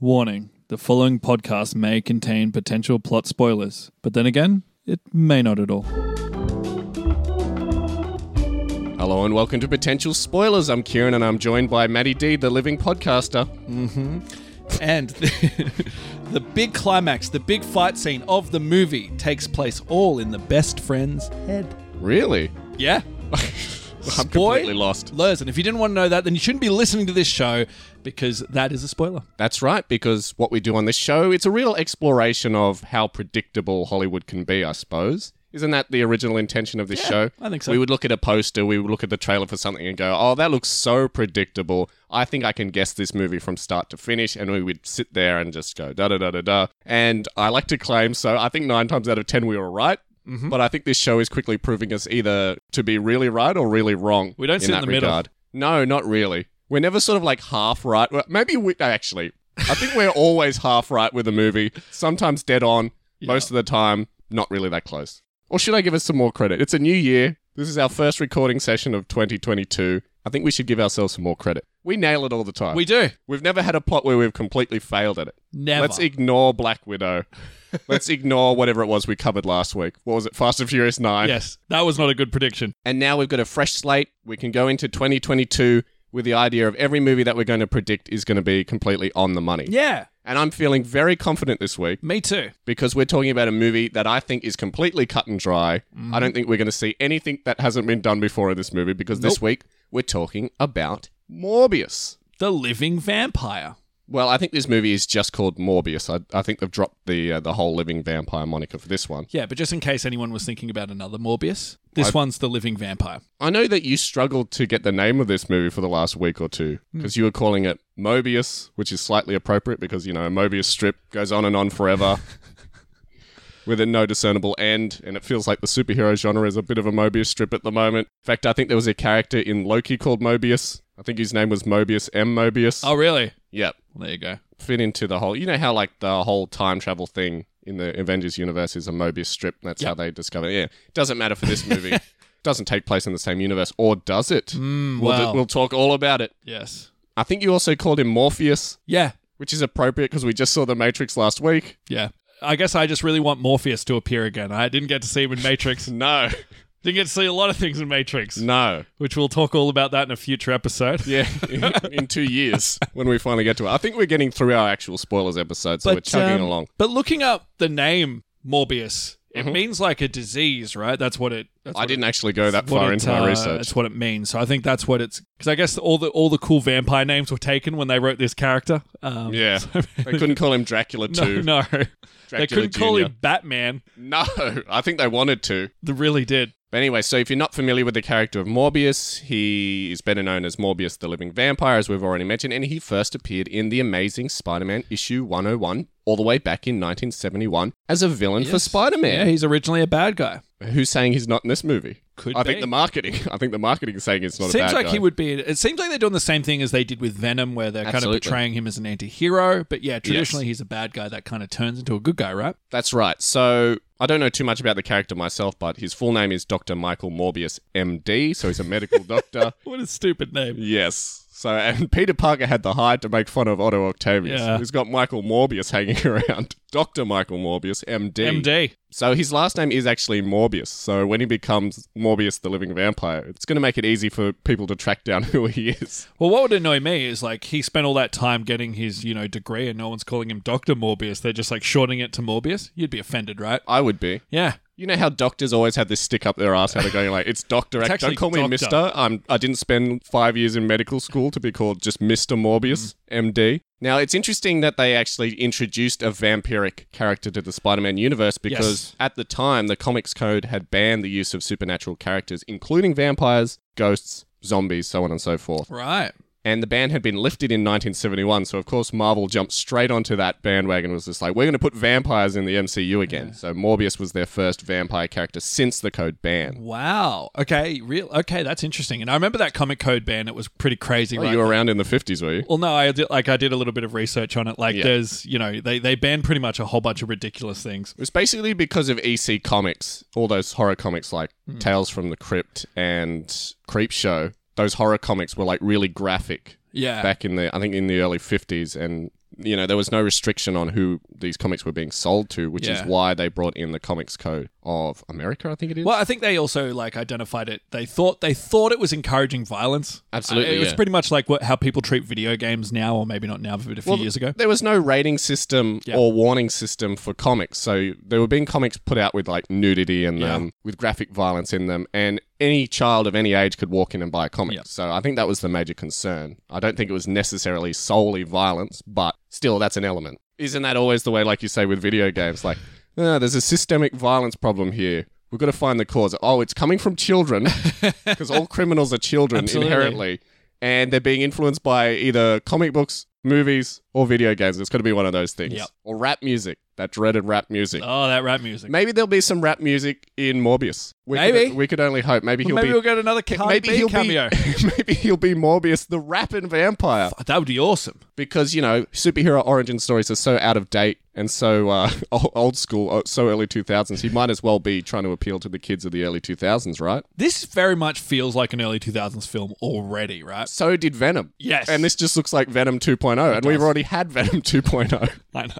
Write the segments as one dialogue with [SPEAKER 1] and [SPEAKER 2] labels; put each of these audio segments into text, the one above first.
[SPEAKER 1] Warning the following podcast may contain potential plot spoilers, but then again, it may not at all.
[SPEAKER 2] Hello and welcome to Potential Spoilers. I'm Kieran and I'm joined by Maddie D, the living podcaster.
[SPEAKER 3] And the, the big climax, the big fight scene of the movie takes place all in the best friend's head.
[SPEAKER 2] Really?
[SPEAKER 3] Yeah.
[SPEAKER 2] I'm completely lost.
[SPEAKER 3] Spoilers. And if you didn't want to know that, then you shouldn't be listening to this show because that is a spoiler.
[SPEAKER 2] That's right, because what we do on this show, it's a real exploration of how predictable Hollywood can be, I suppose. Isn't that the original intention of this show?
[SPEAKER 3] I think so.
[SPEAKER 2] We would look at a poster, we would look at the trailer for something and go, oh, that looks so predictable. I think I can guess this movie from start to finish. And we would sit there and just go, da da da da da. And I like to claim, so I think nine times out of ten we were right.
[SPEAKER 3] Mm-hmm.
[SPEAKER 2] But I think this show is quickly proving us either to be really right or really wrong.
[SPEAKER 3] We don't
[SPEAKER 2] in
[SPEAKER 3] sit in
[SPEAKER 2] that
[SPEAKER 3] the middle.
[SPEAKER 2] regard. No, not really. We're never sort of like half right. Well, Maybe we actually. I think we're always half right with a movie. Sometimes dead on. Most of the time, not really that close. Or should I give us some more credit? It's a new year. This is our first recording session of 2022. I think we should give ourselves some more credit. We nail it all the time.
[SPEAKER 3] We do.
[SPEAKER 2] We've never had a plot where we've completely failed at it.
[SPEAKER 3] Never.
[SPEAKER 2] Let's ignore Black Widow. Let's ignore whatever it was we covered last week. What was it? Fast and Furious 9.
[SPEAKER 3] yes, that was not a good prediction.
[SPEAKER 2] And now we've got a fresh slate. We can go into 2022 with the idea of every movie that we're going to predict is going to be completely on the money.
[SPEAKER 3] Yeah,
[SPEAKER 2] And I'm feeling very confident this week
[SPEAKER 3] me too.
[SPEAKER 2] because we're talking about a movie that I think is completely cut and dry.
[SPEAKER 3] Mm-hmm.
[SPEAKER 2] I don't think we're going to see anything that hasn't been done before in this movie because this
[SPEAKER 3] Nope.
[SPEAKER 2] week we're talking about Morbius.
[SPEAKER 3] The living vampire.
[SPEAKER 2] Well, I think this movie is just called Morbius. I, I think they've dropped the uh, the whole living vampire moniker for this one.
[SPEAKER 3] Yeah, but just in case anyone was thinking about another Morbius, this one's the living vampire.
[SPEAKER 2] I know that you struggled to get the name of this movie for the last week or two because you were calling it Mobius, which is slightly appropriate because you know a Mobius strip goes on and on forever with a no discernible end, and it feels like the superhero genre is a bit of a Mobius strip at the moment. In fact, I think there was a character in Loki called Mobius. I think his name was Mobius M. Mobius.
[SPEAKER 3] Oh, really?
[SPEAKER 2] Yep.
[SPEAKER 3] Well, there you go.
[SPEAKER 2] fit into the whole. You know how like the whole time travel thing in the Avengers universe is a Mobius strip. and That's how they discover. It. Yeah, doesn't matter for this movie. doesn't take place in the same universe, or does it? we'll,
[SPEAKER 3] wow.
[SPEAKER 2] we'll talk all about it.
[SPEAKER 3] Yes.
[SPEAKER 2] I think you also called him Morpheus,
[SPEAKER 3] Yeah,
[SPEAKER 2] which is appropriate because we just saw the Matrix last week.
[SPEAKER 3] yeah. I guess I just really want Morpheus to appear again. I didn't get to see him in Matrix.
[SPEAKER 2] No,
[SPEAKER 3] Didn't get to see a lot of things in Matrix,
[SPEAKER 2] no.
[SPEAKER 3] which we'll talk all about that in a future episode.
[SPEAKER 2] Yeah, in, in two years when we finally get to it. I think we're getting through our actual spoilers episode, so we're chugging
[SPEAKER 3] um,
[SPEAKER 2] along. Mm-hmm.
[SPEAKER 3] But looking up the name Morbius, it means like a disease, right? That's what it. That's
[SPEAKER 2] I
[SPEAKER 3] what
[SPEAKER 2] didn't actually go that
[SPEAKER 3] it- what
[SPEAKER 2] far
[SPEAKER 3] it,
[SPEAKER 2] into my
[SPEAKER 3] uh,
[SPEAKER 2] research.
[SPEAKER 3] That's what it means. So I think that's what it's because I guess all the all the cool vampire names were taken when they wrote this character. Um,
[SPEAKER 2] Yeah, they couldn't call him Dracula
[SPEAKER 3] No,
[SPEAKER 2] too.
[SPEAKER 3] no, they
[SPEAKER 2] Dracula
[SPEAKER 3] couldn't call
[SPEAKER 2] Jr..
[SPEAKER 3] him Batman.
[SPEAKER 2] No, I think they wanted to.
[SPEAKER 3] They really did.
[SPEAKER 2] But anyway, so if you're not familiar with the character of Morbius, he is better known as Morbius the Living Vampire, as we've already mentioned, and he first appeared in The Amazing Spider Man issue 101, all the way back in 1971, as a villain for Spider
[SPEAKER 3] Yeah,
[SPEAKER 2] Man.
[SPEAKER 3] he's originally a bad guy.
[SPEAKER 2] Who's saying he's not in this movie?
[SPEAKER 3] Could
[SPEAKER 2] I
[SPEAKER 3] be.
[SPEAKER 2] think the marketing. I think the marketing is saying it's not a
[SPEAKER 3] seems
[SPEAKER 2] bad
[SPEAKER 3] like
[SPEAKER 2] guy.
[SPEAKER 3] he would be. It seems like they're doing the same thing as they did with Venom, where they're kind
[SPEAKER 2] Absolutely.
[SPEAKER 3] of portraying him as an anti-hero. But yeah, traditionally he's a bad guy that kind of turns into a good guy, right?
[SPEAKER 2] That's right. So I don't know too much about the character myself, but his full name is Dr. Michael Morbius, MD. So he's a medical doctor.
[SPEAKER 3] What a stupid name.
[SPEAKER 2] Yes. So, and Peter Parker had the hide to make fun of Otto Octavius.
[SPEAKER 3] Yeah.
[SPEAKER 2] He's got Michael Morbius hanging around. Dr. Michael Morbius, MD.
[SPEAKER 3] MD.
[SPEAKER 2] So, his last name is actually Morbius. So, when he becomes Morbius the Living Vampire, it's going to make it easy for people to track down who he is.
[SPEAKER 3] Well, what would annoy me is like he spent all that time getting his, you know, degree and no one's calling him Dr. Morbius. They're just like shorting it to Morbius. You'd be offended, right?
[SPEAKER 2] I would be.
[SPEAKER 3] Yeah.
[SPEAKER 2] You know how doctors always have this stick up their ass how they're going like, it's doctor. act-
[SPEAKER 3] actually
[SPEAKER 2] Don't call me
[SPEAKER 3] doctor.
[SPEAKER 2] mister. I'm, I didn't spend five years in medical school to be called just Mr. Morbius,
[SPEAKER 3] Mm.
[SPEAKER 2] MD. Now, it's interesting that they actually introduced a vampiric character to the Spider Man universe because
[SPEAKER 3] Yes.
[SPEAKER 2] at the time, the Comics Code had banned the use of supernatural characters, including vampires, ghosts, zombies, so on and so forth.
[SPEAKER 3] Right.
[SPEAKER 2] And the ban had been lifted in 1971. So, of course, Marvel jumped straight onto that bandwagon and was just like, we're going to put vampires in the MCU again. So, Morbius was their first vampire character since the code ban.
[SPEAKER 3] Wow. Okay. Real. Okay. That's interesting. And I remember that comic code ban. It was pretty crazy.
[SPEAKER 2] Oh,
[SPEAKER 3] right?
[SPEAKER 2] you were around in the 50s, were you?
[SPEAKER 3] Well, no, I did, like I did a little bit of research on it. Like,
[SPEAKER 2] Yeah.
[SPEAKER 3] there's, you know, they they banned pretty much a whole bunch of ridiculous things.
[SPEAKER 2] It was basically because of EC Comics, all those horror comics like
[SPEAKER 3] Hmm.
[SPEAKER 2] Tales from the Crypt and Creepshow. Those horror comics were like really graphic
[SPEAKER 3] Yeah.
[SPEAKER 2] back in the, I think, in the early 50s and you know, there was no restriction on who these comics were being sold to, which
[SPEAKER 3] Yeah.
[SPEAKER 2] is why they brought in the Comics Code of America, I think it is.
[SPEAKER 3] Well, I think they also like identified it. They thought they thought it was encouraging violence.
[SPEAKER 2] Absolutely,
[SPEAKER 3] Uh, it was
[SPEAKER 2] yeah.
[SPEAKER 3] pretty much like what, how people treat video games now, or maybe not now, but a few years ago.
[SPEAKER 2] There was no rating system
[SPEAKER 3] Yeah.
[SPEAKER 2] or warning system for comics, so there were being comics put out with like nudity in them, with graphic violence in them, and any child of any age could walk in and buy a comic.
[SPEAKER 3] Yeah.
[SPEAKER 2] So I think that was the major concern. I don't think it was necessarily solely violence, but still, that's an element. Isn't that always the way, like you say, with video games? Like, "Ah, there's a systemic violence problem here. We've got to find the cause. Oh, it's coming from children, because all criminals are children
[SPEAKER 3] Absolutely.
[SPEAKER 2] inherently and they're being influenced by either comic books, movies, or video games. It's going to be one of those things.
[SPEAKER 3] Yep.
[SPEAKER 2] Or rap music, that dreaded rap music.
[SPEAKER 3] Oh, that rap music.
[SPEAKER 2] Maybe there'll be some rap music in Morbius. We
[SPEAKER 3] Maybe.
[SPEAKER 2] could, we could only hope. Maybe he'll
[SPEAKER 3] maybe
[SPEAKER 2] be.
[SPEAKER 3] we'll get another Cardi
[SPEAKER 2] maybe
[SPEAKER 3] B
[SPEAKER 2] he'll
[SPEAKER 3] cameo.
[SPEAKER 2] be. maybe he'll be Morbius, the rapping vampire,
[SPEAKER 3] that would be awesome.
[SPEAKER 2] because you know superhero origin stories are so out of date and so uh, old- old school, uh, so early two thousands. He might as well be trying to appeal to the kids of the early two thousands, right?
[SPEAKER 3] This very much feels like an early 2000s film already, right?
[SPEAKER 2] So did Venom.
[SPEAKER 3] Yes.
[SPEAKER 2] And this just looks like Venom 2.0, and we've already had Venom 2.0.
[SPEAKER 3] I know.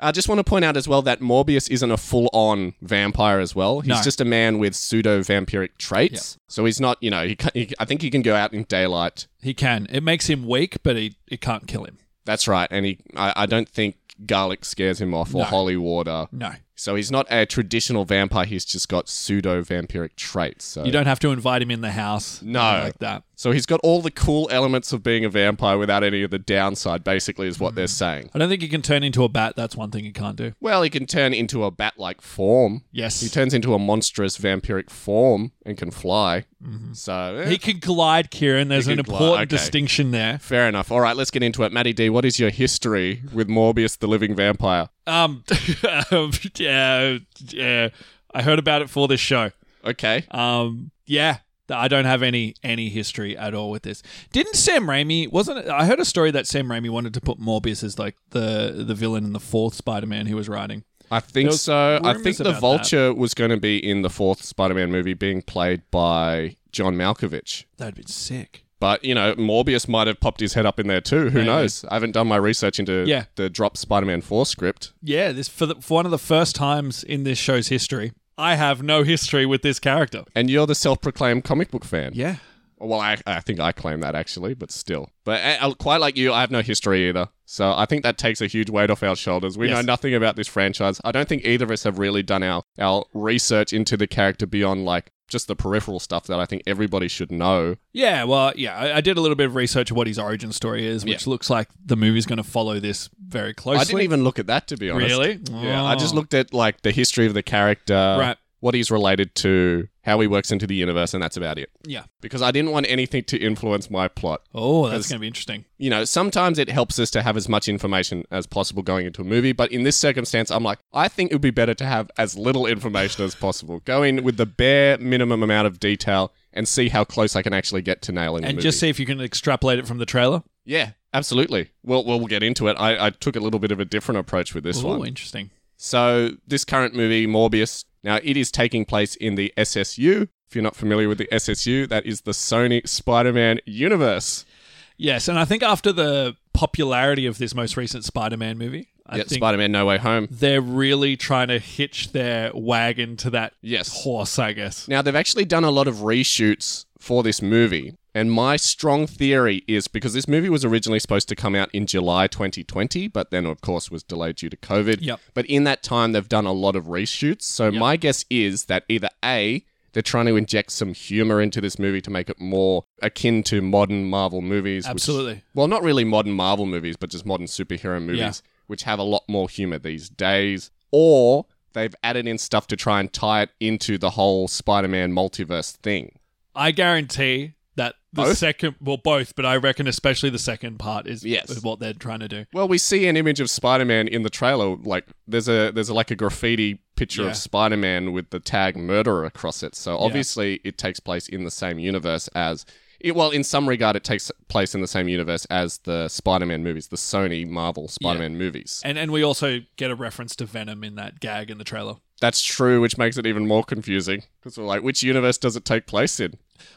[SPEAKER 2] I just want to point out as well that Morbius isn't a full on vampire as well. He's
[SPEAKER 3] No.
[SPEAKER 2] just a man with pseudo vampiric traits. So he's not, you know, he, ca- he I think he can go out in daylight.
[SPEAKER 3] He can. It makes him weak, but he, it can't kill him.
[SPEAKER 2] That's right. And he I, I don't think garlic scares him off or holy water.
[SPEAKER 3] No.
[SPEAKER 2] So he's not a traditional vampire. He's just got pseudo vampiric traits. So.
[SPEAKER 3] You don't have to invite him in the house.
[SPEAKER 2] No.
[SPEAKER 3] nothing Like that.
[SPEAKER 2] so he's got all the cool elements of being a vampire without any of the downside, basically, is what they're
[SPEAKER 3] Mm.
[SPEAKER 2] saying.
[SPEAKER 3] I don't think he can turn into a bat. That's one thing he can't do.
[SPEAKER 2] Well, he can turn into a bat like form.
[SPEAKER 3] Yes.
[SPEAKER 2] He turns into a monstrous vampiric form and can fly. So, eh,
[SPEAKER 3] Mm-hmm. He can glide, Kieran. There's
[SPEAKER 2] He
[SPEAKER 3] an
[SPEAKER 2] can glide,
[SPEAKER 3] important
[SPEAKER 2] okay.
[SPEAKER 3] distinction there.
[SPEAKER 2] fair enough. All right, let's get into it. Maddie D, what is your history with Morbius the Living Vampire?
[SPEAKER 3] Um, um, yeah, yeah. I heard about it for this show.
[SPEAKER 2] Okay.
[SPEAKER 3] Um, yeah, th- I don't have any any history at all with this. Didn't Sam Raimi? Wasn't it, I heard a story that Sam Raimi wanted to put Morbius as like the the villain in the fourth Spider-Man he was writing.
[SPEAKER 2] I think
[SPEAKER 3] was
[SPEAKER 2] so. I
[SPEAKER 3] rumours
[SPEAKER 2] think the
[SPEAKER 3] about
[SPEAKER 2] vulture was going to be in the fourth Spider Man movie being played by John Malkovich.
[SPEAKER 3] That'd been sick.
[SPEAKER 2] But, you know, Morbius might have popped his head up in there too. Who
[SPEAKER 3] Maybe.
[SPEAKER 2] knows? I haven't done my research into
[SPEAKER 3] Yeah.
[SPEAKER 2] the drop Spider Man 4 script.
[SPEAKER 3] Yeah, this for the, for one of the first times in this show's history. I have no history with this character.
[SPEAKER 2] And you're the self proclaimed comic book fan.
[SPEAKER 3] Yeah.
[SPEAKER 2] Well, I, I think I claim that actually, but still. But uh, uh, quite like you, I have no history either. So I think that takes a huge weight off our shoulders. We
[SPEAKER 3] Yes.
[SPEAKER 2] know nothing about this franchise. I don't think either of us have really done our, our research into the character beyond like just the peripheral stuff that I think everybody should know.
[SPEAKER 3] Yeah, well, yeah, I, I did a little bit of research of what his origin story is, which looks like the movie's going to follow this very closely.
[SPEAKER 2] I didn't even look at that, to be honest.
[SPEAKER 3] really.
[SPEAKER 2] Yeah, I just
[SPEAKER 3] Oh.
[SPEAKER 2] looked uh, at like the history of the character,
[SPEAKER 3] Right.
[SPEAKER 2] what he's related to, how he works into the universe, and that's about it.
[SPEAKER 3] Yeah.
[SPEAKER 2] Because I didn't want anything to influence my plot.
[SPEAKER 3] Oh, that's
[SPEAKER 2] 'Cause-
[SPEAKER 3] going to be interesting.
[SPEAKER 2] you know, sometimes it helps us to have as much information as possible going into a movie. But in this circumstance, I'm like, I think it would be better to have as little information as possible. Go in with the bare minimum amount of detail and see how close I can actually get to nailing the
[SPEAKER 3] And
[SPEAKER 2] movie.
[SPEAKER 3] just see if you can extrapolate it from the trailer.
[SPEAKER 2] yeah, absolutely. Well, well, we'll get into it. I, I took a little bit of a different approach with this
[SPEAKER 3] Ooh,
[SPEAKER 2] one.
[SPEAKER 3] interesting.
[SPEAKER 2] So this current movie, Morbius, now it is taking place in the SSU. If you're not familiar with the SSU, that is the Sony Spider-Man universe.
[SPEAKER 3] Yes, and I think after the popularity of this most recent Spider-Man movie, I
[SPEAKER 2] Yeah,
[SPEAKER 3] think
[SPEAKER 2] Spider-Man: No Way Home.
[SPEAKER 3] they're really trying to hitch their wagon to that
[SPEAKER 2] Yes.
[SPEAKER 3] horse, I guess.
[SPEAKER 2] Now, they've actually done a lot of reshoots for this movie. And my strong theory is because this movie was originally supposed to come out in July 2020, but then, of course, was delayed due to COVID.
[SPEAKER 3] Yep.
[SPEAKER 2] But in that time, they've done a lot of reshoots. So, my guess is that either A, they're trying to inject some humor into this movie to make it more akin to modern Marvel movies. which-
[SPEAKER 3] Absolutely.
[SPEAKER 2] well, not really modern Marvel movies, but just modern superhero movies,
[SPEAKER 3] Yeah.
[SPEAKER 2] which have a lot more humor these days. Or they've added in stuff to try and tie it into the whole Spider Man multiverse thing.
[SPEAKER 3] I guarantee that the
[SPEAKER 2] Both?
[SPEAKER 3] second, well, both, but I reckon especially the second part is,
[SPEAKER 2] Yes.
[SPEAKER 3] is what they're trying to do.
[SPEAKER 2] Well, we see an image of Spider Man in the trailer. Like there's a there's like a graffiti picture
[SPEAKER 3] Yeah.
[SPEAKER 2] of Spider Man with the tag murderer across it. So obviously it takes place in the same universe as it, well, in some regard, it takes place in the same universe as the Spider-Man movies, the Sony Marvel Spider-Man movies.
[SPEAKER 3] And and we also get a reference to Venom in that gag in the trailer.
[SPEAKER 2] That's true, which makes it even more confusing because we're like, which universe does it take place in?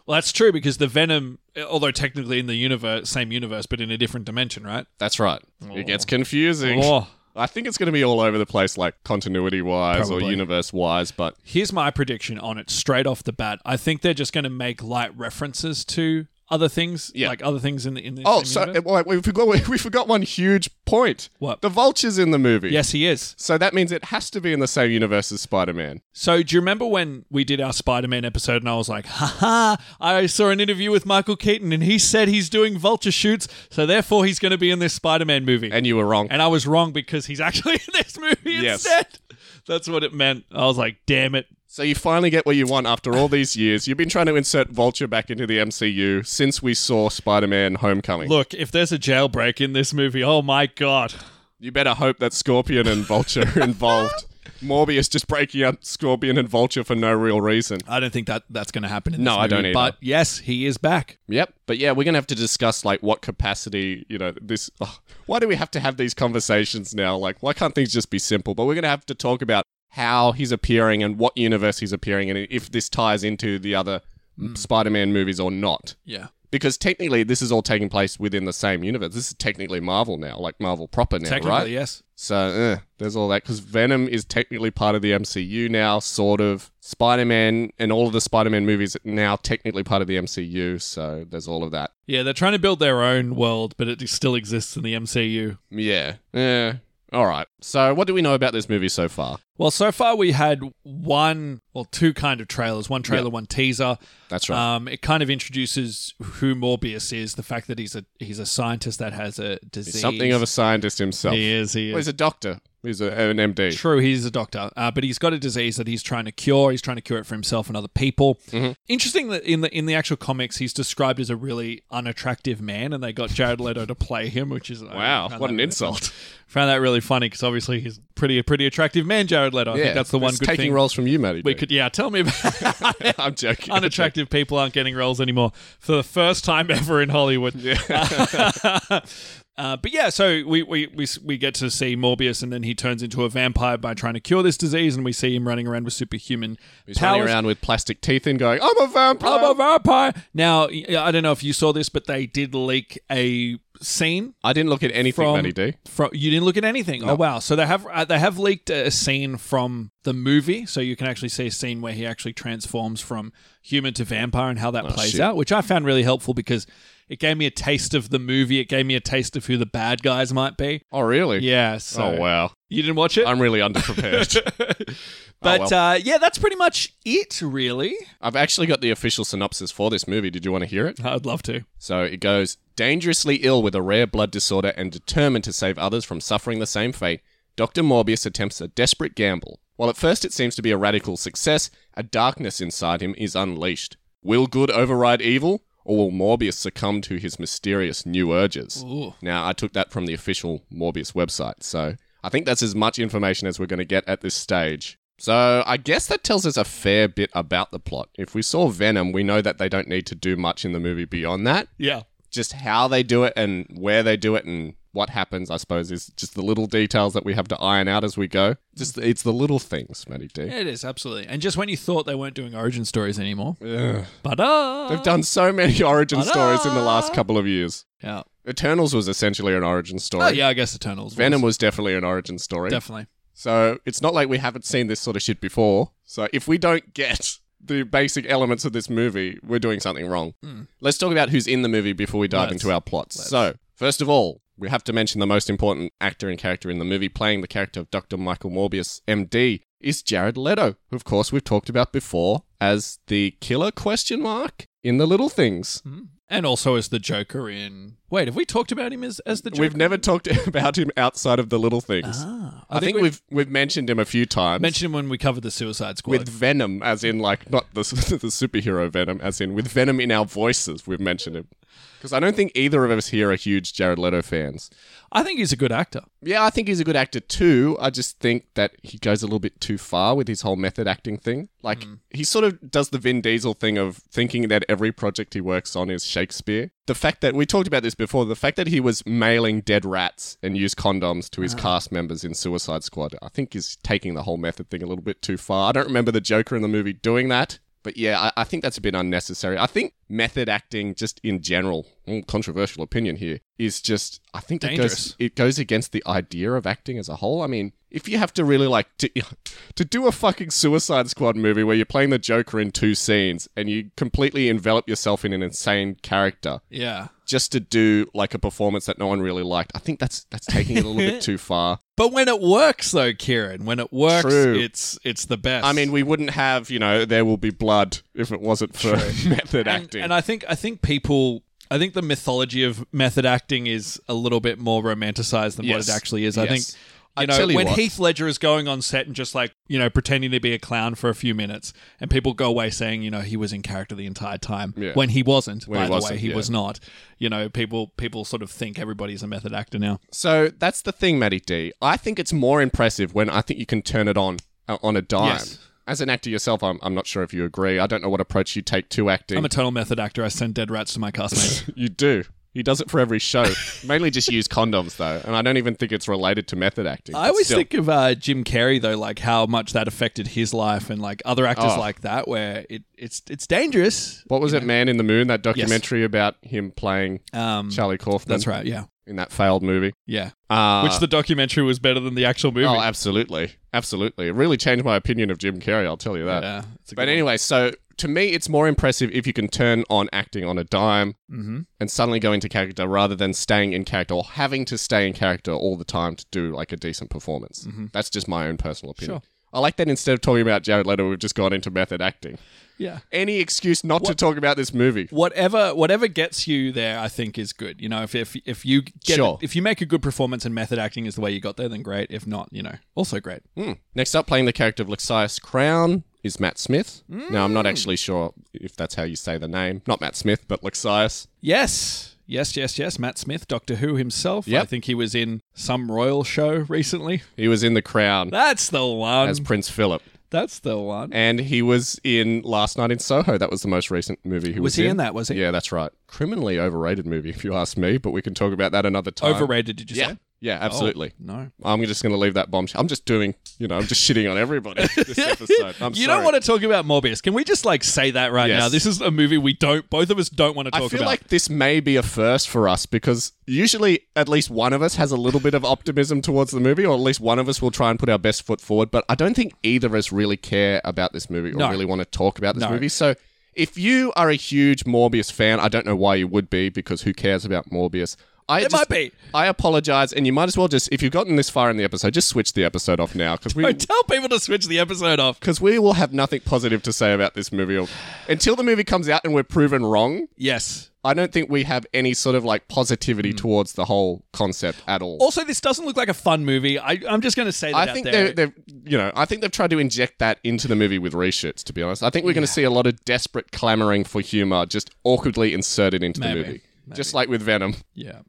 [SPEAKER 3] Well, that's true because the Venom, although technically in the universe, same universe, but in a different dimension, right?
[SPEAKER 2] That's right. It gets confusing.
[SPEAKER 3] Oh.
[SPEAKER 2] I think it's going to be all over the place, like continuity wise or
[SPEAKER 3] Probably.
[SPEAKER 2] universe wise, but
[SPEAKER 3] Here's my prediction on it straight off the bat. I think they're just going to make light references to other things,
[SPEAKER 2] Yeah.
[SPEAKER 3] like other things in the in the
[SPEAKER 2] Oh,
[SPEAKER 3] same
[SPEAKER 2] so
[SPEAKER 3] universe.
[SPEAKER 2] wait, we forgot we, we forgot one huge point.
[SPEAKER 3] What?
[SPEAKER 2] The vulture's in the movie.
[SPEAKER 3] yes, he is.
[SPEAKER 2] So that means it has to be in the same universe as Spider-Man.
[SPEAKER 3] So, do you remember when we did our Spider-Man episode, and I was like, "Ha ha! I saw an interview with Michael Keaton, and he said he's doing Vulture shoots, so therefore he's going to be in this Spider-Man movie."
[SPEAKER 2] And you were wrong.
[SPEAKER 3] And I was wrong because he's actually in this movie
[SPEAKER 2] Yes.
[SPEAKER 3] instead. That's what it meant. I was like, damn it.
[SPEAKER 2] so you finally get what you want after all these years. You've been trying to insert Vulture back into the MCU since we saw Spider-Man: Homecoming.
[SPEAKER 3] Look, if there's a jailbreak in this movie, oh my god.
[SPEAKER 2] You better hope that Scorpion and Vulture are involved. Morbius just breaking up Scorpion and Vulture for no real reason.
[SPEAKER 3] I don't think that that's going to happen in
[SPEAKER 2] No,
[SPEAKER 3] this
[SPEAKER 2] I don't
[SPEAKER 3] movie,
[SPEAKER 2] either.
[SPEAKER 3] But yes, he is back.
[SPEAKER 2] Yep. But yeah, we're gonna have to discuss like what capacity, you know, this. ugh, why do we have to have these conversations now? Like, why can't things just be simple? But we're gonna have to talk about how he's appearing and what universe he's appearing in, and if this ties into the other Mm. Spider-Man movies or not.
[SPEAKER 3] Yeah.
[SPEAKER 2] Because technically, this is all taking place within the same universe. This is technically Marvel now, like Marvel proper now,
[SPEAKER 3] Technically,
[SPEAKER 2] right?
[SPEAKER 3] yes.
[SPEAKER 2] So eh, there's all that because Venom is technically part of the MCU now, sort of. Spider Man and all of the Spider Man movies are now technically part of the MCU, so there's all of that.
[SPEAKER 3] Yeah, they're trying to build their own world, but it still exists in the MCU.
[SPEAKER 2] Yeah. Yeah. All right. So what do we know about this movie so far?
[SPEAKER 3] Well, so far we had one, well, two kind of trailers. One trailer, one teaser.
[SPEAKER 2] That's right.
[SPEAKER 3] Um, it kind of introduces who Morbius is, the fact that he's a he's a scientist that has a disease.
[SPEAKER 2] He's something of a scientist himself.
[SPEAKER 3] He is. He is.
[SPEAKER 2] Well, he's a doctor. He's a, an MD.
[SPEAKER 3] True, he's a doctor, uh, but he's got a disease that he's trying to cure. He's trying to cure it for himself and other people.
[SPEAKER 2] Mm-hmm.
[SPEAKER 3] Interesting that in the in the actual comics, he's described as a really unattractive man, and they got Jared Leto to play him, which is I
[SPEAKER 2] Wow,
[SPEAKER 3] found
[SPEAKER 2] what
[SPEAKER 3] that
[SPEAKER 2] an
[SPEAKER 3] really-
[SPEAKER 2] insult!
[SPEAKER 3] Found that really funny because obviously he's pretty a pretty attractive man, Jared Leto. I think that's the one
[SPEAKER 2] it's
[SPEAKER 3] good
[SPEAKER 2] taking
[SPEAKER 3] thing
[SPEAKER 2] roles from you, Matty.
[SPEAKER 3] we
[SPEAKER 2] D.
[SPEAKER 3] could. Yeah, tell me about
[SPEAKER 2] I'm joking.
[SPEAKER 3] unattractive people aren't getting roles anymore for the first time ever in Hollywood. Uh, but yeah, so we, we, we, we get to see Morbius, and then he turns into a vampire by trying to cure this disease, and we see him running around with superhuman
[SPEAKER 2] He's
[SPEAKER 3] powers.
[SPEAKER 2] running around with plastic teeth and going, "I'm a vampire."
[SPEAKER 3] I'm a vampire. Now, I don't know if you saw this, but they did leak a scene
[SPEAKER 2] I didn't look at anything,
[SPEAKER 3] from-
[SPEAKER 2] Matty D.
[SPEAKER 3] from you didn't look at anything. Oh wow! So they have uh, they have leaked a scene from the movie, so you can actually see a scene where he actually transforms from human to vampire and how that plays
[SPEAKER 2] Oh, shit.
[SPEAKER 3] out, which I found really helpful because it gave me a taste of the movie. It gave me a taste of who the bad guys might be.
[SPEAKER 2] Oh, really?
[SPEAKER 3] Yeah. So
[SPEAKER 2] Oh wow,
[SPEAKER 3] you didn't watch it,
[SPEAKER 2] I'm really underprepared.
[SPEAKER 3] but
[SPEAKER 2] Oh, well.
[SPEAKER 3] uh, yeah, that's pretty much it, really.
[SPEAKER 2] I've actually got the official synopsis for this movie. Did you want to hear it?
[SPEAKER 3] I'd love to.
[SPEAKER 2] So it goes dangerously ill with a rare blood disorder and determined to save others from suffering the same fate, Dr. Morbius attempts a desperate gamble. While at first it seems to be a radical success, a darkness inside him is unleashed. Will good override evil, or will Morbius succumb to his mysterious new urges?
[SPEAKER 3] Ooh.
[SPEAKER 2] Now, I took that from the official Morbius website, so I think that's as much information as we're going to get at this stage. So, I guess that tells us a fair bit about the plot. If we saw Venom, we know that they don't need to do much in the movie beyond that.
[SPEAKER 3] Yeah.
[SPEAKER 2] Just how they do it and where they do it and what happens, I suppose, is just the little details that we have to iron out as we go. Just it's the little things, Matty D.
[SPEAKER 3] It is absolutely, and just when you thought they weren't doing origin stories anymore,
[SPEAKER 2] Ugh.
[SPEAKER 3] but uh,
[SPEAKER 2] They've done so many origin
[SPEAKER 3] Ta-da!
[SPEAKER 2] stories in the last couple of years.
[SPEAKER 3] yeah,
[SPEAKER 2] Eternals was essentially an origin story.
[SPEAKER 3] oh, yeah, I guess Eternals, was.
[SPEAKER 2] Venom was definitely an origin story.
[SPEAKER 3] definitely.
[SPEAKER 2] So it's not like we haven't seen this sort of shit before. So if we don't get the basic elements of this movie, we're doing something wrong. Let's talk about who's in the movie before we dive
[SPEAKER 3] Let's.
[SPEAKER 2] into our plots. So, first of all, we have to mention the most important actor and character in the movie playing the character of Dr. Michael Morbius, MD, is Jared Leto, who of course we've talked about before as the killer question mark in The Little Things.
[SPEAKER 3] And also as the Joker in. Wait, have we talked about him as, as the Joker?
[SPEAKER 2] We've never talked about him outside of The Little Things.
[SPEAKER 3] Ah,
[SPEAKER 2] I, think,
[SPEAKER 3] we
[SPEAKER 2] we've we've mentioned him a few times.
[SPEAKER 3] mentioned him when we covered the Suicide Squad.
[SPEAKER 2] with venom as in like not the, the superhero venom as in with venom in our voices we've mentioned him because i don't think either of us here are huge jared leto fans
[SPEAKER 3] I think he's a good actor.
[SPEAKER 2] yeah i think he's a good actor too i just think that he goes a little bit too far with his whole method acting thing like he sort of does the vin diesel thing of thinking that every project he works on is shakespeare the fact that we talked about this before the fact that he was mailing dead rats and used condoms to his cast members in suicide squad i think is taking the whole method thing a little bit too far i don't remember the joker in the movie doing that But yeah, I, I think that's a bit unnecessary. I think method acting, just in general, mm, controversial opinion here, is just I think that
[SPEAKER 3] Dangerous.
[SPEAKER 2] goes it goes against the idea of acting as a whole. I mean, if you have to really like to, to do a fucking Suicide Squad movie where you're playing the Joker in two scenes and you completely envelop yourself in an insane character
[SPEAKER 3] Yeah.
[SPEAKER 2] just to do like a performance that no one really liked, I think that's that's taking it a little bit too far.
[SPEAKER 3] But when it works though, Kieran, when it works,
[SPEAKER 2] True.
[SPEAKER 3] it's it's the best.
[SPEAKER 2] I mean, we wouldn't have, you know, there will be blood if it wasn't for method
[SPEAKER 3] and,
[SPEAKER 2] acting.
[SPEAKER 3] and I think I think people I think the mythology of method acting is a little bit more romanticized than
[SPEAKER 2] Yes.
[SPEAKER 3] what it actually is. I
[SPEAKER 2] Yes.
[SPEAKER 3] think
[SPEAKER 2] I
[SPEAKER 3] you know
[SPEAKER 2] tell you
[SPEAKER 3] when
[SPEAKER 2] what.
[SPEAKER 3] Heath Ledger is going on set and just like you know pretending to be a clown for a few minutes, and people go away saying you know he was in character the entire time
[SPEAKER 2] Yeah.
[SPEAKER 3] when he wasn't.
[SPEAKER 2] When
[SPEAKER 3] by
[SPEAKER 2] he
[SPEAKER 3] the
[SPEAKER 2] wasn't,
[SPEAKER 3] way, he
[SPEAKER 2] yeah.
[SPEAKER 3] was not. You know, people people sort of think everybody's a method actor now.
[SPEAKER 2] so that's the thing, Matty D. I think it's more impressive when I think you can turn it on uh, on a dime.
[SPEAKER 3] Yes.
[SPEAKER 2] As an actor yourself, I'm, I'm not sure if you agree. I don't know what approach you take to acting.
[SPEAKER 3] I'm a total method actor. I send dead rats to my castmates.
[SPEAKER 2] you do. He does it for every show. Mainly just use condoms, though. And I don't even think it's related to method acting.
[SPEAKER 3] I
[SPEAKER 2] but
[SPEAKER 3] always
[SPEAKER 2] still.
[SPEAKER 3] think of uh, Jim Carrey though, like how much that affected his life, and like other actors
[SPEAKER 2] Oh.
[SPEAKER 3] like that, where it, it's it's dangerous.
[SPEAKER 2] What was it, Man in the Moon? That documentary about him playing
[SPEAKER 3] Um,
[SPEAKER 2] Charlie Kaufman.
[SPEAKER 3] that's right. Yeah,
[SPEAKER 2] In that failed movie.
[SPEAKER 3] yeah.
[SPEAKER 2] Uh,
[SPEAKER 3] Which the documentary was better than the actual movie.
[SPEAKER 2] Oh, absolutely. Absolutely. It really changed my opinion of Jim Carrey, I'll tell you that.
[SPEAKER 3] yeah, it's a
[SPEAKER 2] But anyway, so to me, it's more impressive if you can turn on acting on a dime
[SPEAKER 3] hmm
[SPEAKER 2] and suddenly go into character rather than staying in character or having to stay in character all the time to do like a decent performance. That's just my own personal opinion.
[SPEAKER 3] Mm-hmm. Sure.
[SPEAKER 2] I like that instead of talking about Jared Leto, we've just gone into method acting.
[SPEAKER 3] yeah.
[SPEAKER 2] Any excuse not to talk about this movie.
[SPEAKER 3] Whatever, whatever gets you there, I think is good. You know, if if, if you get
[SPEAKER 2] Sure.
[SPEAKER 3] if you make a good performance and method acting is the way you got there, then great. If not, you know, also great.
[SPEAKER 2] Hmm. Next up, playing the character of Lexias Crown is Matt Smith. Now, I'm
[SPEAKER 3] Mm.
[SPEAKER 2] not actually sure if that's how you say the name. Not Matt Smith, but Lexias.
[SPEAKER 3] Yes, yes, yes, yes. Matt Smith, Doctor Who himself.
[SPEAKER 2] Yep.
[SPEAKER 3] I think he was in some royal show recently.
[SPEAKER 2] He was in The Crown
[SPEAKER 3] That's the one.
[SPEAKER 2] as Prince Philip,
[SPEAKER 3] That's the one.
[SPEAKER 2] and he was in Last Night in Soho. That was the most recent movie he was,
[SPEAKER 3] Was he in that? Was he
[SPEAKER 2] Yeah, that's right. Criminally overrated movie, if you ask me. But we can talk about that another time.
[SPEAKER 3] overrated? Oh. Did you
[SPEAKER 2] Uh, Yeah,
[SPEAKER 3] say?
[SPEAKER 2] yeah, absolutely.
[SPEAKER 3] No.
[SPEAKER 2] I'm just going to leave that bombshell. I'm just doing, you know, I'm just shitting on everybody this episode. I'm
[SPEAKER 3] you
[SPEAKER 2] sorry.
[SPEAKER 3] don't want to talk about Morbius. Can we just like say that right
[SPEAKER 2] Yes.
[SPEAKER 3] now? This is a movie we don't. Both of us don't want to talk
[SPEAKER 2] I feel
[SPEAKER 3] about.
[SPEAKER 2] like this may be a first for us because usually at least one of us has a little bit of optimism towards the movie, or at least one of us will try and put our best foot forward. But I don't think either of us really care about this movie or
[SPEAKER 3] No.
[SPEAKER 2] really want to talk about this
[SPEAKER 3] No.
[SPEAKER 2] movie. So if you are a huge Morbius fan, I don't know why you would be because who cares about Morbius? I
[SPEAKER 3] It
[SPEAKER 2] just-
[SPEAKER 3] might be.
[SPEAKER 2] I apologize, and you might as well just if you've gotten this far in the episode, just switch the episode off now because we
[SPEAKER 3] Don't tell people to switch the episode off.
[SPEAKER 2] because we will have nothing positive to say about this movie or- until the movie comes out and we're proven wrong.
[SPEAKER 3] Yes.
[SPEAKER 2] I don't think we have any sort of like positivity
[SPEAKER 3] Hmm.
[SPEAKER 2] towards the whole concept at all.
[SPEAKER 3] Also, this doesn't look like a fun movie. I, I'm just going to say that
[SPEAKER 2] I
[SPEAKER 3] out
[SPEAKER 2] think
[SPEAKER 3] there.
[SPEAKER 2] they're, they're, you know, I think they've tried to inject that into the movie with reshoots. To be honest, I think we're going to see a lot of desperate clamoring for humor just awkwardly inserted into
[SPEAKER 3] Maybe.
[SPEAKER 2] the movie, just like with Venom.
[SPEAKER 3] yeah.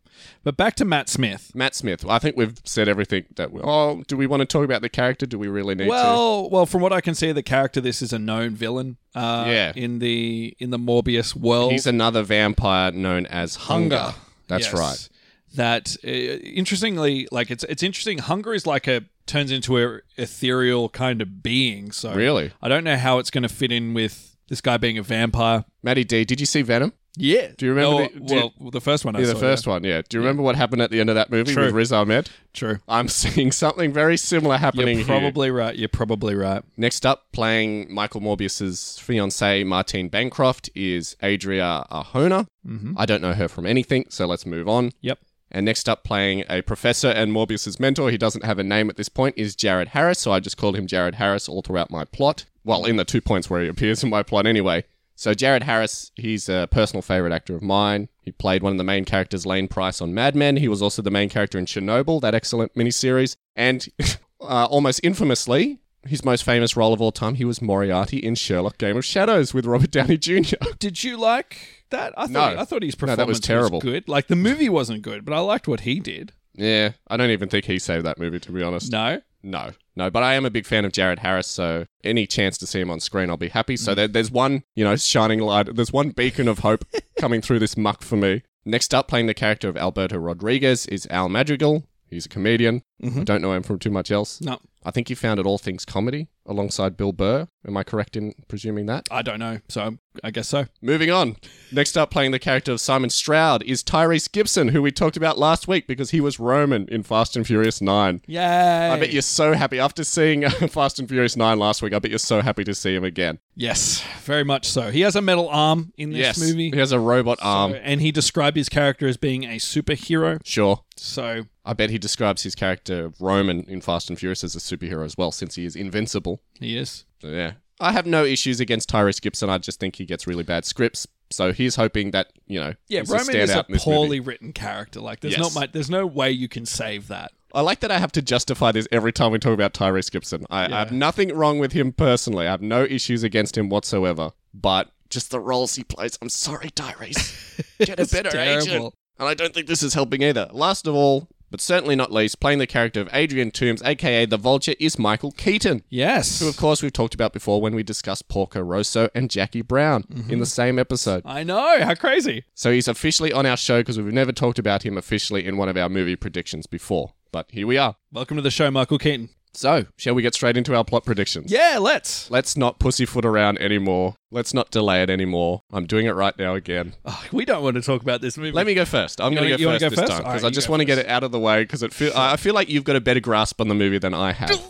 [SPEAKER 3] But back to Matt Smith.
[SPEAKER 2] Matt Smith. I think we've said everything that. We, oh, do we want to talk about the character? Do we really need to?
[SPEAKER 3] Well, well, from what I can see, the character this is a known villain. Uh,
[SPEAKER 2] Yeah.
[SPEAKER 3] In the in the Morbius world,
[SPEAKER 2] He's another vampire known as Hunger. That's
[SPEAKER 3] Yes.
[SPEAKER 2] right.
[SPEAKER 3] That uh, interestingly, like it's it's interesting. Hunger is like a turns into a ethereal kind of being. So
[SPEAKER 2] Really,
[SPEAKER 3] I don't know how it's going to fit in with this guy being a vampire.
[SPEAKER 2] Matty D. Did you see Venom?
[SPEAKER 3] Yeah.
[SPEAKER 2] Do you remember
[SPEAKER 3] No,
[SPEAKER 2] the- do
[SPEAKER 3] well, the first one. I
[SPEAKER 2] Yeah, the
[SPEAKER 3] saw,
[SPEAKER 2] first one. Yeah. Do you remember what happened at the end of that movie
[SPEAKER 3] True.
[SPEAKER 2] with Riz Ahmed?
[SPEAKER 3] True.
[SPEAKER 2] I'm seeing something very similar happening
[SPEAKER 3] You're
[SPEAKER 2] here.
[SPEAKER 3] probably right. You're probably right.
[SPEAKER 2] Next up, playing Michael Morbius's fiancee Martine Bancroft is Adria Arjona.
[SPEAKER 3] Mm-hmm.
[SPEAKER 2] I don't know her from anything, so let's move on.
[SPEAKER 3] Yep.
[SPEAKER 2] And next up, playing a professor and Morbius's mentor, he doesn't have a name at this point, is Jared Harris. So I just called him Jared Harris all throughout my plot. Well, in the two points where he appears in my plot, anyway. So Jared Harris, he's a personal favorite actor of mine. He played one of the main characters, Lane Price, on Mad Men. He was also the main character in Chernobyl, that excellent miniseries. And uh, almost infamously, his most famous role of all time, he was Moriarty in Sherlock: Game of Shadows with Robert Downey Jr.
[SPEAKER 3] Did you like that? I
[SPEAKER 2] No.
[SPEAKER 3] thought I thought his
[SPEAKER 2] No,
[SPEAKER 3] performance
[SPEAKER 2] that was terrible.
[SPEAKER 3] good. Like the movie wasn't good, but I liked what he did.
[SPEAKER 2] yeah, I don't even think he saved that movie, to be honest.
[SPEAKER 3] No.
[SPEAKER 2] No, no, but I am a big fan of Jared Harris, so any chance to see him on screen, I'll be happy. So there, there's one, you know, shining light, there's one beacon of hope coming through this muck for me. Next up, playing the character of Alberto Rodriguez is Al Madrigal. He's a comedian.
[SPEAKER 3] Mhm.
[SPEAKER 2] I don't know him from too much else.
[SPEAKER 3] No.
[SPEAKER 2] I think he founded All Things Comedy. alongside Bill Burr. Am I correct in presuming that?
[SPEAKER 3] I don't know. So I guess so.
[SPEAKER 2] Moving on. Next up, playing the character of Simon Stroud is Tyrese Gibson, who we talked about last week because he was Roman in Fast and Furious 9.
[SPEAKER 3] Yay.
[SPEAKER 2] I bet you're so happy. After seeing Fast and Furious 9 last week, I bet you're so happy to see him again.
[SPEAKER 3] Yes, very much so. He has a metal arm in this
[SPEAKER 2] yes.
[SPEAKER 3] movie.
[SPEAKER 2] He has a robot arm.
[SPEAKER 3] So- and he described his character as being a superhero.
[SPEAKER 2] Sure.
[SPEAKER 3] So
[SPEAKER 2] I bet he describes his character Roman in Fast and Furious as a superhero as well, since he is invincible.
[SPEAKER 3] he is.
[SPEAKER 2] So, yeah. I have no issues against Tyrese Gibson. I just think he gets really bad scripts. So he's hoping that, you know,
[SPEAKER 3] Yeah,
[SPEAKER 2] he's
[SPEAKER 3] Roman is
[SPEAKER 2] standout
[SPEAKER 3] a
[SPEAKER 2] in this
[SPEAKER 3] poorly
[SPEAKER 2] movie.
[SPEAKER 3] written character. Like there's
[SPEAKER 2] Yes.
[SPEAKER 3] not much there's no way you can save that.
[SPEAKER 2] I like that I have to justify this every time we talk about Tyrese Gibson. I, I have nothing wrong with him personally. I have no issues against him whatsoever. But just the roles he plays. I'm sorry, Tyrese. Get a
[SPEAKER 3] It's
[SPEAKER 2] better agent.
[SPEAKER 3] terrible.
[SPEAKER 2] And I don't think this is helping either. Last of all, but certainly not least, playing the character of Adrian Toombs, aka the Vulture, is Michael Keaton.
[SPEAKER 3] Yes.
[SPEAKER 2] Who, of course, we've talked about before when we discussed Porco Rosso and Jackie Brown
[SPEAKER 3] Mm-hmm.
[SPEAKER 2] in the same episode.
[SPEAKER 3] I know, how crazy.
[SPEAKER 2] So he's officially on our show because we've never talked about him officially in one of our movie predictions before. But here we are.
[SPEAKER 3] Welcome to the show, Michael Keaton.
[SPEAKER 2] So, shall we get straight into our plot predictions?
[SPEAKER 3] Yeah, let's.
[SPEAKER 2] Let's not pussyfoot around anymore. Let's not delay it anymore. I'm doing it right now again.
[SPEAKER 3] Oh, we don't want to talk about this movie.
[SPEAKER 2] Let me go first. I'm going
[SPEAKER 3] wanna-
[SPEAKER 2] to
[SPEAKER 3] you
[SPEAKER 2] go
[SPEAKER 3] wanna
[SPEAKER 2] first
[SPEAKER 3] go
[SPEAKER 2] this
[SPEAKER 3] first?
[SPEAKER 2] time because
[SPEAKER 3] Alright,
[SPEAKER 2] I
[SPEAKER 3] you
[SPEAKER 2] just
[SPEAKER 3] go
[SPEAKER 2] want to get
[SPEAKER 3] first.
[SPEAKER 2] it out of the way because it feel, I I feel like you've got a better grasp on the movie than I have.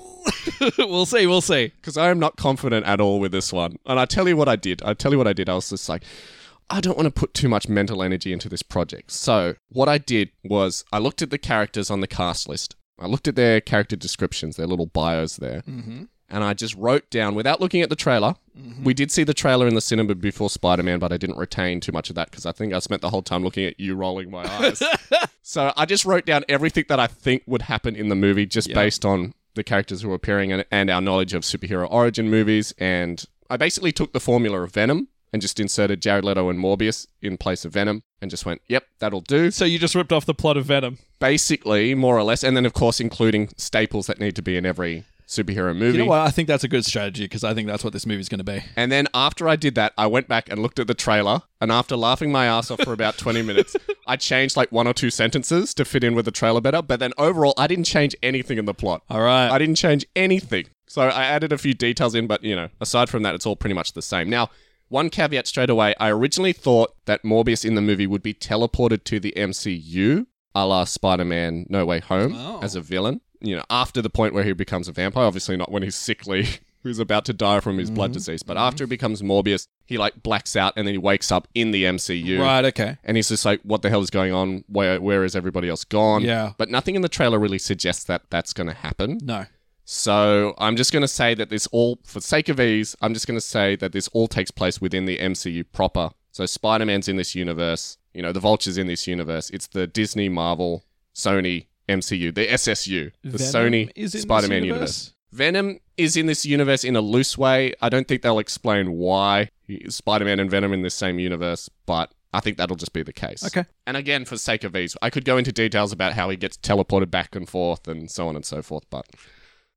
[SPEAKER 3] we'll see, we'll see.
[SPEAKER 2] because I am not confident at all with this one. And I tell you what I did. I tell you what I did. I was just like, I don't want to put too much mental energy into this project. So what I did was I looked at the characters on the cast list. I looked at their character descriptions, their little bios there, and I just wrote down without looking at the trailer.
[SPEAKER 3] Mm-hmm.
[SPEAKER 2] We did see the trailer in the cinema before Spider Man, but I didn't retain too much of that because I think I spent the whole time looking at you rolling my eyes. So I just wrote down everything that I think would happen in the movie just based on the characters who were appearing in it and our knowledge of superhero origin movies. And I basically took the formula of Venom and just inserted Jared Leto and Morbius in place of Venom and just went, yep, that'll do.
[SPEAKER 3] So you just ripped off the plot of Venom.
[SPEAKER 2] Basically, more or less. And then, of course, including staples that need to be in every superhero movie.
[SPEAKER 3] You know what? I think that's a good strategy because I think that's what this movie's going to be.
[SPEAKER 2] And then after I did that, I went back and looked at the trailer. And after laughing my ass off for about 20 minutes, I changed like one or two sentences to fit in with the trailer better. But then overall, I didn't change anything in the plot.
[SPEAKER 3] All right.
[SPEAKER 2] I didn't change anything. So I added a few details in, but you know, aside from that, it's all pretty much the same. Now, one caveat straight away I originally thought that Morbius in the movie would be teleported to the MCU a la Spider Man No Way Home
[SPEAKER 3] Oh.
[SPEAKER 2] as a villain, you know, after the point where he becomes a vampire. Obviously, not when he's sickly. Who's about to die from his
[SPEAKER 3] Mm-hmm.
[SPEAKER 2] blood disease, but after he becomes Morbius, he like blacks out and then he wakes up in the MCU.
[SPEAKER 3] Right, okay.
[SPEAKER 2] And he's just like, what the hell is going on? Where where is everybody else gone?
[SPEAKER 3] Yeah.
[SPEAKER 2] But nothing in the trailer really suggests that that's going to happen.
[SPEAKER 3] No.
[SPEAKER 2] So I'm just going to say that this all, for sake of ease, I'm just going to say that this all takes place within the MCU proper. So Spider Man's in this universe, you know, the Vulture's in this universe. It's the Disney, Marvel, Sony MCU, the SSU, the
[SPEAKER 3] Venom is in
[SPEAKER 2] Sony
[SPEAKER 3] this
[SPEAKER 2] Spider Man universe.
[SPEAKER 3] universe?
[SPEAKER 2] Venom is in this universe in a loose way. I don't think they'll explain why Spider Man and Venom in the same universe, but I think that'll just be the case.
[SPEAKER 3] Okay.
[SPEAKER 2] And again, for sake of ease, I could go into details about how he gets teleported back and forth and so on and so forth, but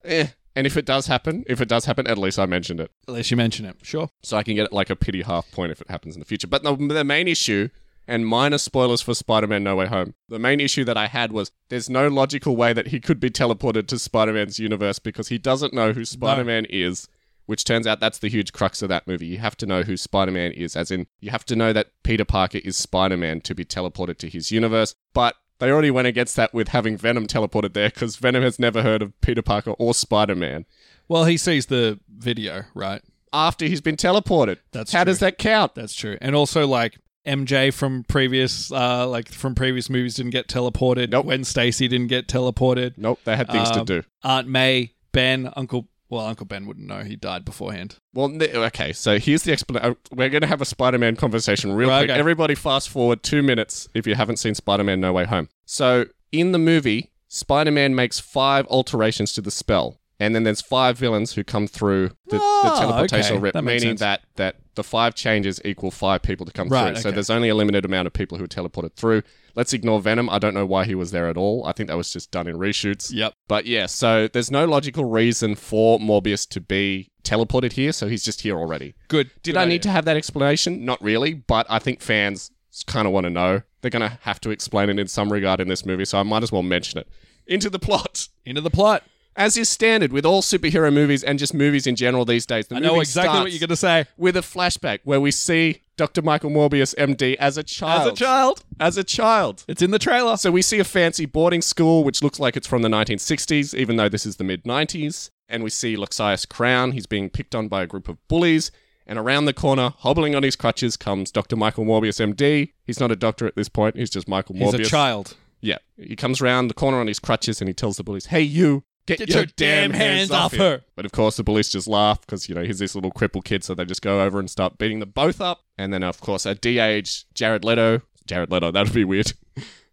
[SPEAKER 2] eh. And if it does happen, if it does happen, at least I mentioned it.
[SPEAKER 3] At least you mention it. Sure.
[SPEAKER 2] So I can get like a pity half point if it happens in the future. But the, the main issue, and minor spoilers for Spider Man No Way Home, the main issue that I had was there's no logical way that he could be teleported to Spider Man's universe because he doesn't know who Spider Man is. Which turns out that's the huge crux of that movie. You have to know who Spider Man is, as in, you have to know that Peter Parker is Spider Man to be teleported to his universe. But they already went against that with having Venom teleported there because Venom has never heard of Peter Parker or Spider Man
[SPEAKER 3] Well, he sees the video, right?
[SPEAKER 2] after he's been teleported.
[SPEAKER 3] That's
[SPEAKER 2] How
[SPEAKER 3] true.
[SPEAKER 2] does that count?
[SPEAKER 3] That's true. And also like MJ from previous uh like from previous movies didn't get teleported.
[SPEAKER 2] Nope.
[SPEAKER 3] When Stacy didn't get teleported.
[SPEAKER 2] Nope, they had things
[SPEAKER 3] Um,
[SPEAKER 2] to do.
[SPEAKER 3] Aunt May, Ben, Uncle well, Uncle Ben wouldn't know. He died beforehand.
[SPEAKER 2] Well, n- okay, so here's the explanation. We're going to have a Spider Man conversation real
[SPEAKER 3] Right,
[SPEAKER 2] quick.
[SPEAKER 3] okay.
[SPEAKER 2] Everybody, fast forward two minutes if you haven't seen Spider Man No Way Home. So, in the movie, Spider Man makes five alterations to the spell. And then there's five villains who come through the, the
[SPEAKER 3] Ah,
[SPEAKER 2] teleportation
[SPEAKER 3] okay.
[SPEAKER 2] rip,
[SPEAKER 3] That makes
[SPEAKER 2] meaning
[SPEAKER 3] sense.
[SPEAKER 2] that, that the five changes equal five people to come
[SPEAKER 3] Right,
[SPEAKER 2] through. So
[SPEAKER 3] okay.
[SPEAKER 2] there's only a limited amount of people who are teleported through. Let's ignore Venom. I don't know why he was there at all. I think that was just done in reshoots.
[SPEAKER 3] Yep.
[SPEAKER 2] But yeah, so there's no logical reason for Morbius to be teleported here, so he's just here already.
[SPEAKER 3] Good.
[SPEAKER 2] Did
[SPEAKER 3] Good
[SPEAKER 2] I
[SPEAKER 3] idea.
[SPEAKER 2] need to have that explanation? Not really, but I think fans kind of want to know. They're going to have to explain it in some regard in this movie, so I might as well mention it. Into the plot.
[SPEAKER 3] into the plot?
[SPEAKER 2] as is standard with all superhero movies and just movies in general these days. The
[SPEAKER 3] I know
[SPEAKER 2] movie
[SPEAKER 3] exactly what
[SPEAKER 2] starts
[SPEAKER 3] you're going to say.
[SPEAKER 2] With a flashback where we see Dr. Michael Morbius, MD, as a
[SPEAKER 3] As
[SPEAKER 2] child.
[SPEAKER 3] a child,
[SPEAKER 2] As a child.
[SPEAKER 3] it's in the trailer.
[SPEAKER 2] So we see a fancy boarding school, which looks like it's from the 1960s, even though this is the mid 90s. And we see Loxias Crown. He's being picked on by a group of bullies. And around the corner, hobbling on his crutches, comes Dr. Michael Morbius, MD. He's not a doctor at this point. He's just Michael
[SPEAKER 3] He's
[SPEAKER 2] Morbius.
[SPEAKER 3] a child.
[SPEAKER 2] Yeah. He comes round the corner on his crutches and he tells the bullies, Hey, you, get,
[SPEAKER 3] Get your damn hands off
[SPEAKER 2] here."
[SPEAKER 3] her.
[SPEAKER 2] But of course, the bullies just laugh because, you know, he's this little cripple kid. So they just go over and start beating them both up. And then, of course, a de aged Jared Leto, Jared Leto, that'd be weird.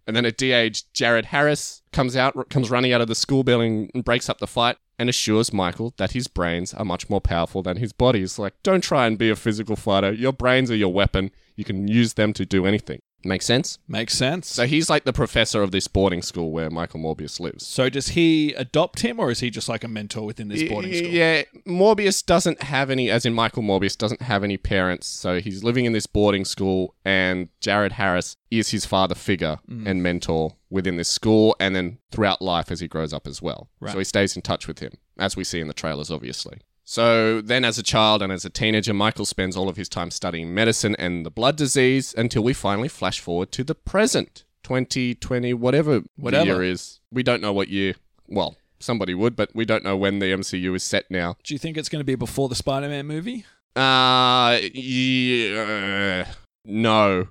[SPEAKER 2] And then a de aged Jared Harris comes out, r- comes running out of the school building and breaks up the fight and assures Michael that his brains are much more powerful than his body. It's like, don't try and be a physical fighter. Your brains are your weapon. You can use them to do anything. Make sense?
[SPEAKER 3] Makes sense.
[SPEAKER 2] So he's like the professor of this boarding school where Michael Morbius lives.
[SPEAKER 3] So does he adopt him, or is he just like a mentor within this boarding school?
[SPEAKER 2] Yeah, Morbius doesn't have any, as in Michael Morbius doesn't have any parents, so he's living in this boarding school, and Jared Harris is his father figure and mentor within this school, and then throughout life as he grows up as well.
[SPEAKER 3] Right.
[SPEAKER 2] So he stays in touch with him, as we see in the trailers, obviously. So then, as a child and as a teenager, Michael spends all of his time studying medicine and the blood disease until we finally flash forward to the present 2020, whatever,
[SPEAKER 3] Whatever.
[SPEAKER 2] the year is. We don't know what year. Well, somebody would, but we don't know when the MCU is set now.
[SPEAKER 3] Do you think it's going to be before the Spider-Man movie?
[SPEAKER 2] Uh, yeah, no.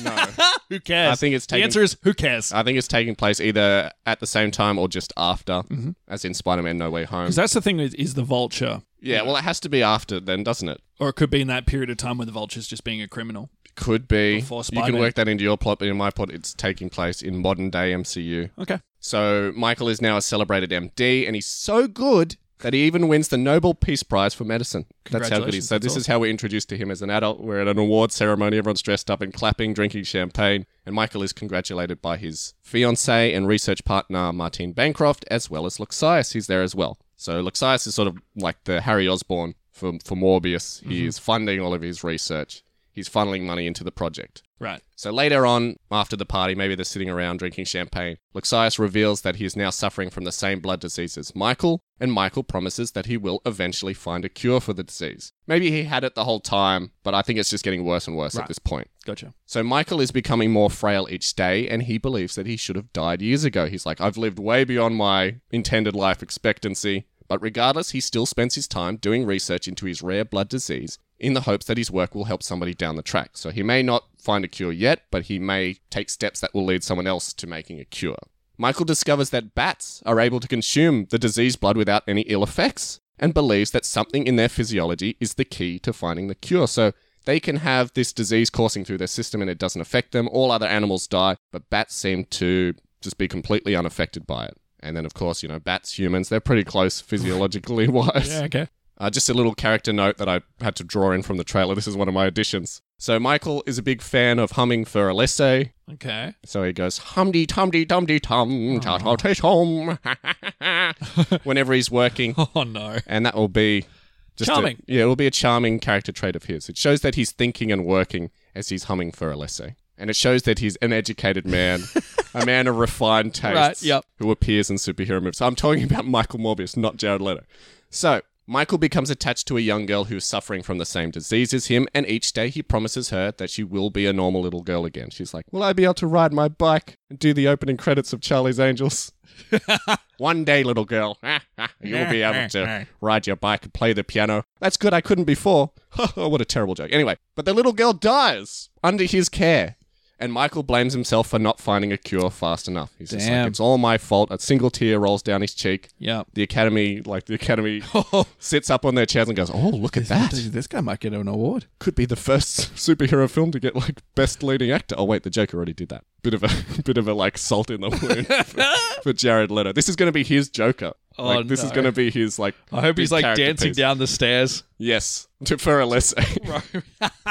[SPEAKER 2] no.
[SPEAKER 3] who cares?
[SPEAKER 2] I think it's
[SPEAKER 3] the
[SPEAKER 2] taken- Uh,
[SPEAKER 3] answer is who cares.
[SPEAKER 2] I think it's taking place either at the same time or just after, as in Spider Man No Way Home.
[SPEAKER 3] Because that's the thing Mm-hmm. is, is the Vulture,
[SPEAKER 2] yeah, well, it has to be after then, doesn't it?
[SPEAKER 3] or it could be in that period of time when the Vulture's just being a criminal.
[SPEAKER 2] Could be.
[SPEAKER 3] Before
[SPEAKER 2] You can
[SPEAKER 3] Spider-Man.
[SPEAKER 2] work that into your plot, but in my plot, it's taking place in modern day MCU.
[SPEAKER 3] Okay.
[SPEAKER 2] So Michael is now a celebrated MD, and he's so good that he even wins the Nobel Peace Prize for medicine. That's how good he
[SPEAKER 3] Congratulations,
[SPEAKER 2] is. So
[SPEAKER 3] that's
[SPEAKER 2] this is how we're introduced to him as an adult. We're at an award ceremony. Everyone's dressed up and clapping, drinking champagne, and Michael is congratulated by his fiancee and research partner Martine Bancroft, as well as Luxias. He's there as well. So Luxias is sort of like the Harry Osborn for for Morbius.
[SPEAKER 3] Mm-hmm.
[SPEAKER 2] He is funding all of his research. He's funneling money into the project.
[SPEAKER 3] Right.
[SPEAKER 2] So later on, after the party, maybe they're sitting around drinking champagne, Luxias reveals that he is now suffering from the same blood disease as Michael, and Michael promises that he will eventually find a cure for the disease. Maybe he had it the whole time, but I think it's just getting worse and worse at
[SPEAKER 3] Right.
[SPEAKER 2] this point.
[SPEAKER 3] Gotcha.
[SPEAKER 2] So Michael is becoming more frail each day, and he believes that he should have died years ago. He's like, I've lived way beyond my intended life expectancy. But regardless, he still spends his time doing research into his rare blood disease in the hopes that his work will help somebody down the track. So he may not find a cure yet, but he may take steps that will lead someone else to making a cure. Michael discovers that bats are able to consume the diseased blood without any ill effects and believes that something in their physiology is the key to finding the cure. So they can have this disease coursing through their system and it doesn't affect them. All other animals die, but bats seem to just be completely unaffected by it. And then, of course, you know, bats, humans, they're pretty close physiologically wise.
[SPEAKER 3] Yeah. Okay.
[SPEAKER 2] Uh, just a little character note that I had to draw in from the trailer. This is one of my additions. So, Michael is a big fan of humming for Alesse,
[SPEAKER 3] Okay.
[SPEAKER 2] so he goes humdy tumdy tumdy tum ta ta tish hum whenever he's working,
[SPEAKER 3] Oh no.
[SPEAKER 2] and that will be just a-
[SPEAKER 3] Charming.
[SPEAKER 2] yeah, it will be a charming character trait of his. It shows that he's thinking and working as he's humming for Alesse. And it shows that he's an educated man, a man of refined tastes,
[SPEAKER 3] Right, yep.
[SPEAKER 2] who appears in superhero movies. I'm talking about Michael Morbius, not Jared Leto. So, Michael becomes attached to a young girl who's suffering from the same disease as him, and each day he promises her that she will be a normal little girl again. She's like, Will I be able to ride my bike and do the opening credits of Charlie's Angels? One day, little girl, you'll be able to ride your bike and play the piano. That's good, I couldn't before. what a terrible joke. Anyway, but the little girl dies under his care. And Michael blames himself for not finding a cure fast enough. He's just like,
[SPEAKER 3] Damn.
[SPEAKER 2] it's all my fault. A single tear rolls down his cheek.
[SPEAKER 3] Yeah.
[SPEAKER 2] The academy, like the academy,
[SPEAKER 3] Oh,
[SPEAKER 2] sits up on their chairs and goes, "Oh, look at that!
[SPEAKER 3] this guy might get an award.
[SPEAKER 2] Could be the first superhero film to get like best leading actor." Oh wait, the Joker already did that. Bit of a bit of a like salt in the wound for, for Jared Leto. This is going to be his Joker.
[SPEAKER 3] Oh,
[SPEAKER 2] like this is
[SPEAKER 3] no.
[SPEAKER 2] going to be his like.
[SPEAKER 3] I hope
[SPEAKER 2] big
[SPEAKER 3] he's like
[SPEAKER 2] character
[SPEAKER 3] dancing
[SPEAKER 2] piece.
[SPEAKER 3] down the stairs.
[SPEAKER 2] Yes, to for a lesson.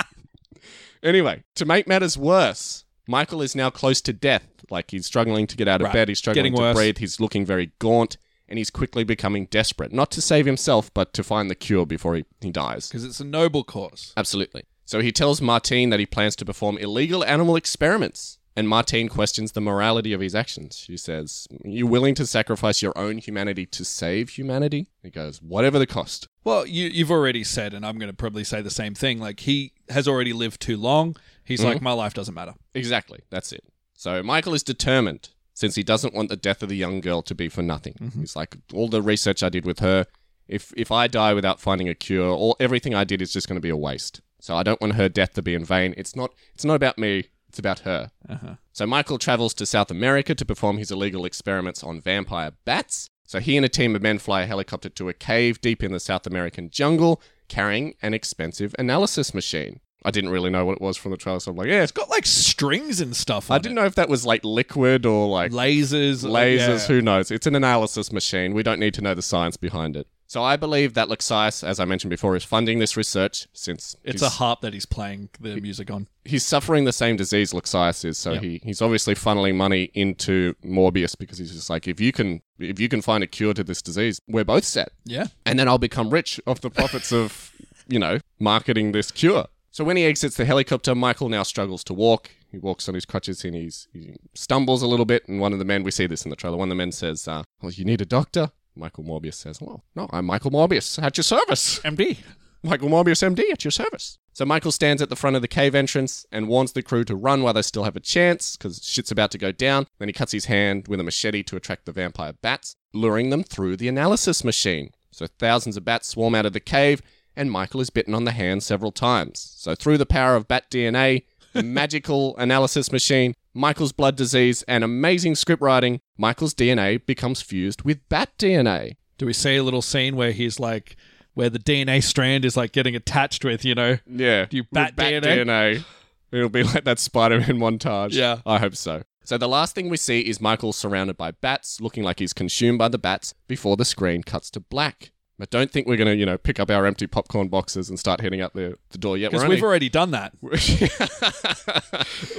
[SPEAKER 2] Anyway, to make matters worse, Michael is now close to death. Like he's struggling to get out of
[SPEAKER 3] Right.
[SPEAKER 2] bed, he's struggling
[SPEAKER 3] Getting
[SPEAKER 2] to
[SPEAKER 3] worse.
[SPEAKER 2] breathe, he's looking very gaunt, and he's quickly becoming desperate. Not to save himself, but to find the cure before he, he dies.
[SPEAKER 3] Because it's a noble cause.
[SPEAKER 2] Absolutely. So he tells Martine that he plans to perform illegal animal experiments And Martine questions the morality of his actions. She says, You willing to sacrifice your own humanity to save humanity? He goes, Whatever the cost.
[SPEAKER 3] Well, you, you've already said, and I'm going to probably say the same thing. Like he has already lived too long. He's like, my life doesn't matter.
[SPEAKER 2] Exactly. That's it. So Michael is determined since he doesn't want the death of the young girl to be for nothing. He's like, all the research I did with her, if if I die without finding a cure, all everything I did is just going to be a waste. So I don't want her death to be in vain. It's not it's not about me, it's about her.
[SPEAKER 3] Uh-huh.
[SPEAKER 2] So Michael travels to South America to perform his illegal experiments on vampire bats. So he and a team of men fly a helicopter to a cave deep in the South American jungle, carrying an expensive analysis machine. I didn't really know what it was from the trailer, so I'm like, yeah, it's got.
[SPEAKER 3] Got like strings and stuff. On
[SPEAKER 2] I didn't know if that was like liquid or like
[SPEAKER 3] lasers.
[SPEAKER 2] lasers,
[SPEAKER 3] yeah.
[SPEAKER 2] who knows? It's an analysis machine. We don't need to know the science behind it. So I believe that Luxias, as I mentioned before, is funding this research since
[SPEAKER 3] It's a
[SPEAKER 2] he's,
[SPEAKER 3] harp that he's playing the music on.
[SPEAKER 2] he's suffering the same disease Luxias is. So he, he's obviously funneling money into Morbius because he's just like, if you can if you can find a cure to this disease, we're both set.
[SPEAKER 3] Yeah.
[SPEAKER 2] And then I'll become rich off the profits of, you know, marketing this cure. So when he exits the helicopter, Michael now struggles to walk. He walks on his crutches and he's, he stumbles a little bit. And one of the men, we see this in the trailer, one of the men says, uh, Well, you need a doctor? Michael Morbius says, Well, no, I'm Michael Morbius at your service.
[SPEAKER 3] MD.
[SPEAKER 2] Michael Morbius, MD, at your service. So Michael stands at the front of the cave entrance and warns the crew to run while they still have a chance because shit's about to go down. Then he cuts his hand with a machete to attract the vampire bats, luring them through the analysis machine. So thousands of bats swarm out of the cave, and Michael is bitten on the hand several times. So through the power of bat DNA, the magical analysis machine, Michael's blood disease, and amazing script writing, Michael's DNA becomes fused with bat DNA.
[SPEAKER 3] Do we see a little scene where he's like, where the DNA strand is like getting attached with, you know?
[SPEAKER 2] Yeah.
[SPEAKER 3] Do you
[SPEAKER 2] with
[SPEAKER 3] bat DNA?
[SPEAKER 2] It'll be like that Spider Man montage.
[SPEAKER 3] Yeah.
[SPEAKER 2] I hope so. So the last thing we see is Michael surrounded by bats, looking like he's consumed by the bats before the screen cuts to black. But don't think we're going to, you know, pick up our empty popcorn boxes and start heading out the, the door yet.
[SPEAKER 3] Because
[SPEAKER 2] We're
[SPEAKER 3] we've
[SPEAKER 2] only,
[SPEAKER 3] already done that.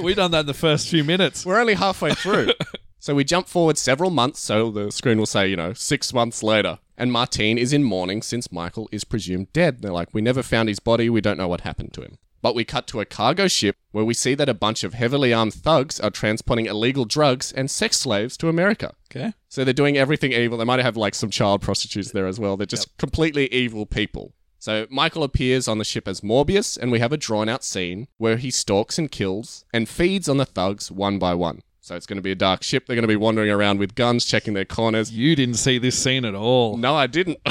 [SPEAKER 3] We've done that in the first few minutes.
[SPEAKER 2] we're only halfway through. so we jump forward several months, so the screen will say, you know, six months later. And Martine is in mourning since Michael is presumed dead. They're like, we never found his body, we don't know what happened to him. But we cut to a cargo ship where we see that a bunch of heavily armed thugs are transporting illegal drugs and sex slaves to America.
[SPEAKER 3] Okay.
[SPEAKER 2] So they're doing everything evil. They might have like some child prostitutes there as well. They're just completely evil people. So Michael appears on the ship as Morbius, and we have a drawn out scene where he stalks and kills and feeds on the thugs one by one. So it's going to be a dark ship. They're going to be wandering around with guns, checking their corners.
[SPEAKER 3] You didn't see this scene at all.
[SPEAKER 2] No, I didn't.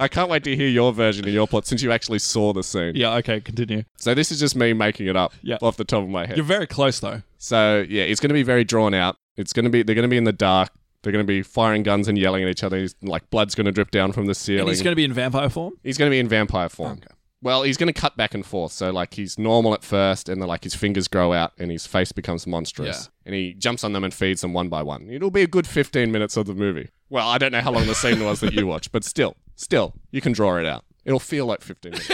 [SPEAKER 2] I can't wait to hear your version of your plot since you actually saw the scene.
[SPEAKER 3] Yeah, okay, continue.
[SPEAKER 2] So this is just me making it up
[SPEAKER 3] Yeah.
[SPEAKER 2] off the top of my head.
[SPEAKER 3] You're very close though.
[SPEAKER 2] So yeah, it's going to be very drawn out. It's going to be they're going to be in the dark. They're going to be firing guns and yelling at each other. He's, like blood's going to drip down from the ceiling.
[SPEAKER 3] And he's going to be in vampire form?
[SPEAKER 2] He's going to be in vampire form. Well, he's going to cut back and forth. So like he's normal at first, and then like his fingers grow out, and his face becomes monstrous. And he jumps on them and feeds them one by one. It'll be a good fifteen minutes of the movie. Well, I don't know how long the scene was that you watched, but still, still, you can draw it out. It'll feel like fifteen minutes.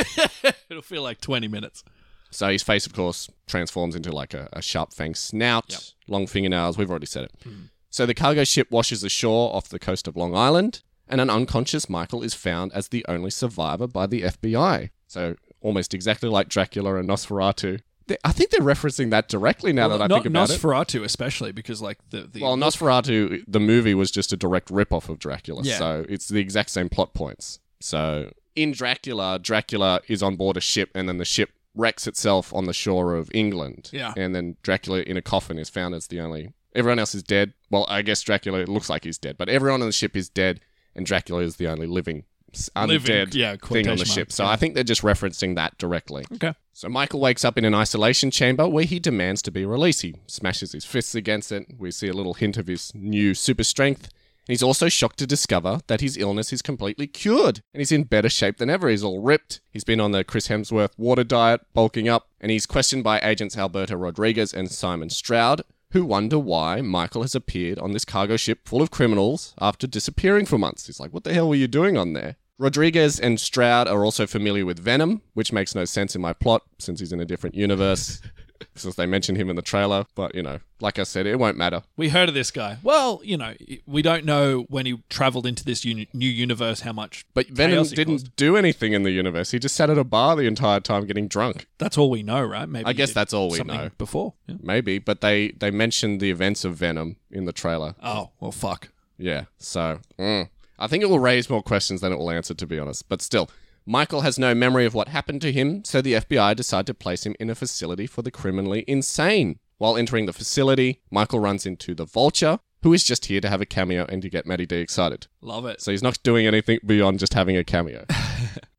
[SPEAKER 3] It'll feel like 20 minutes.
[SPEAKER 2] So his face, of course, transforms into like a, a sharp fang snout, long fingernails. We've already said it.
[SPEAKER 3] Hmm.
[SPEAKER 2] So the cargo ship washes ashore off the coast of Long Island, and an unconscious Michael is found as the only survivor by the FBI. So almost exactly like Dracula and Nosferatu. They, I think they're referencing that directly now that I
[SPEAKER 3] Not
[SPEAKER 2] think about it.
[SPEAKER 3] Nosferatu especially because like the, the
[SPEAKER 2] Well, Nosferatu, the movie was just a direct rip-off of Dracula,
[SPEAKER 3] Yeah.
[SPEAKER 2] so it's the exact same plot points. So in Dracula, Dracula is on board a ship, and then the ship wrecks itself on the shore of England.
[SPEAKER 3] Yeah.
[SPEAKER 2] and then Dracula in a coffin is found as the only. Everyone else is dead. Well, I guess Dracula it looks like he's dead, but everyone on the ship is dead, and Dracula is the only living, s-
[SPEAKER 3] Living,
[SPEAKER 2] undead
[SPEAKER 3] yeah,
[SPEAKER 2] thing on
[SPEAKER 3] quotation
[SPEAKER 2] the ship.
[SPEAKER 3] marks,
[SPEAKER 2] So I think they're just referencing that directly.
[SPEAKER 3] Okay.
[SPEAKER 2] So Michael wakes up in an isolation chamber where he demands to be released. He smashes his fists against it. We see a little hint of his new super strength. And he's also shocked to discover that his illness is completely cured and he's in better shape than ever. He's all ripped. He's been on the Chris Hemsworth water diet, bulking up, and he's questioned by agents Alberto Rodriguez and Simon Stroud, who wonder why Michael has appeared on this cargo ship full of criminals after disappearing for months. He's like, what the hell were you doing on there? Rodriguez and Stroud are also familiar with Venom, which makes no sense in my plot since he's in a different universe. since they mentioned him in the trailer. But, you know, like I said, it won't matter.
[SPEAKER 3] We heard of this guy. Well, you know, we don't know when he traveled into this uni- new universe how much.
[SPEAKER 2] But Venom
[SPEAKER 3] chaos he
[SPEAKER 2] didn't
[SPEAKER 3] caused.
[SPEAKER 2] do anything in the universe. He just sat at a bar the entire time getting drunk.
[SPEAKER 3] That's all we know, right? Maybe
[SPEAKER 2] I
[SPEAKER 3] he
[SPEAKER 2] guess
[SPEAKER 3] did
[SPEAKER 2] that's all we
[SPEAKER 3] something
[SPEAKER 2] know.
[SPEAKER 3] Before, yeah.
[SPEAKER 2] Maybe, but they they mentioned the events of Venom in the trailer.
[SPEAKER 3] oh well, fuck.
[SPEAKER 2] Yeah. So, mm. I think it will raise more questions than it will answer, to be honest. But still, Michael has no memory of what happened to him, so the FBI decide to place him in a facility for the criminally insane. While entering the facility, Michael runs into the Vulture, who is just here to have a cameo and to get Maddie D excited.
[SPEAKER 3] Love it.
[SPEAKER 2] So he's not doing anything beyond just having a cameo.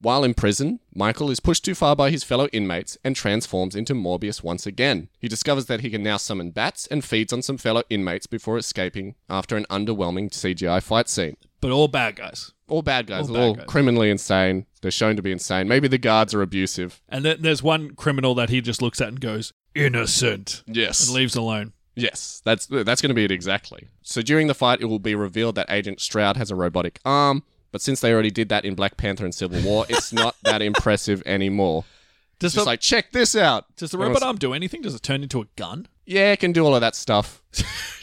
[SPEAKER 2] While in prison, Michael is pushed too far by his fellow inmates and transforms into Morbius once again. He discovers that he can now summon bats and feeds on some fellow inmates before escaping after an underwhelming CGI fight scene.
[SPEAKER 3] But all bad guys.
[SPEAKER 2] All bad guys,
[SPEAKER 3] All
[SPEAKER 2] all,
[SPEAKER 3] bad guys.
[SPEAKER 2] criminally insane. They're shown to be insane. Maybe the guards are abusive.
[SPEAKER 3] And then there's one criminal that he just looks at and goes, innocent,
[SPEAKER 2] Yes.
[SPEAKER 3] and leaves alone.
[SPEAKER 2] Yes, that's that's going to be it exactly. So during the fight, it will be revealed that Agent Stroud has a robotic arm, but since they already did that in Black Panther and Civil War, it's not that impressive anymore.
[SPEAKER 3] Does
[SPEAKER 2] Just
[SPEAKER 3] the,
[SPEAKER 2] like check this out.
[SPEAKER 3] does the robot arm do anything? Does it turn into a gun?
[SPEAKER 2] Yeah, it can do all of that stuff.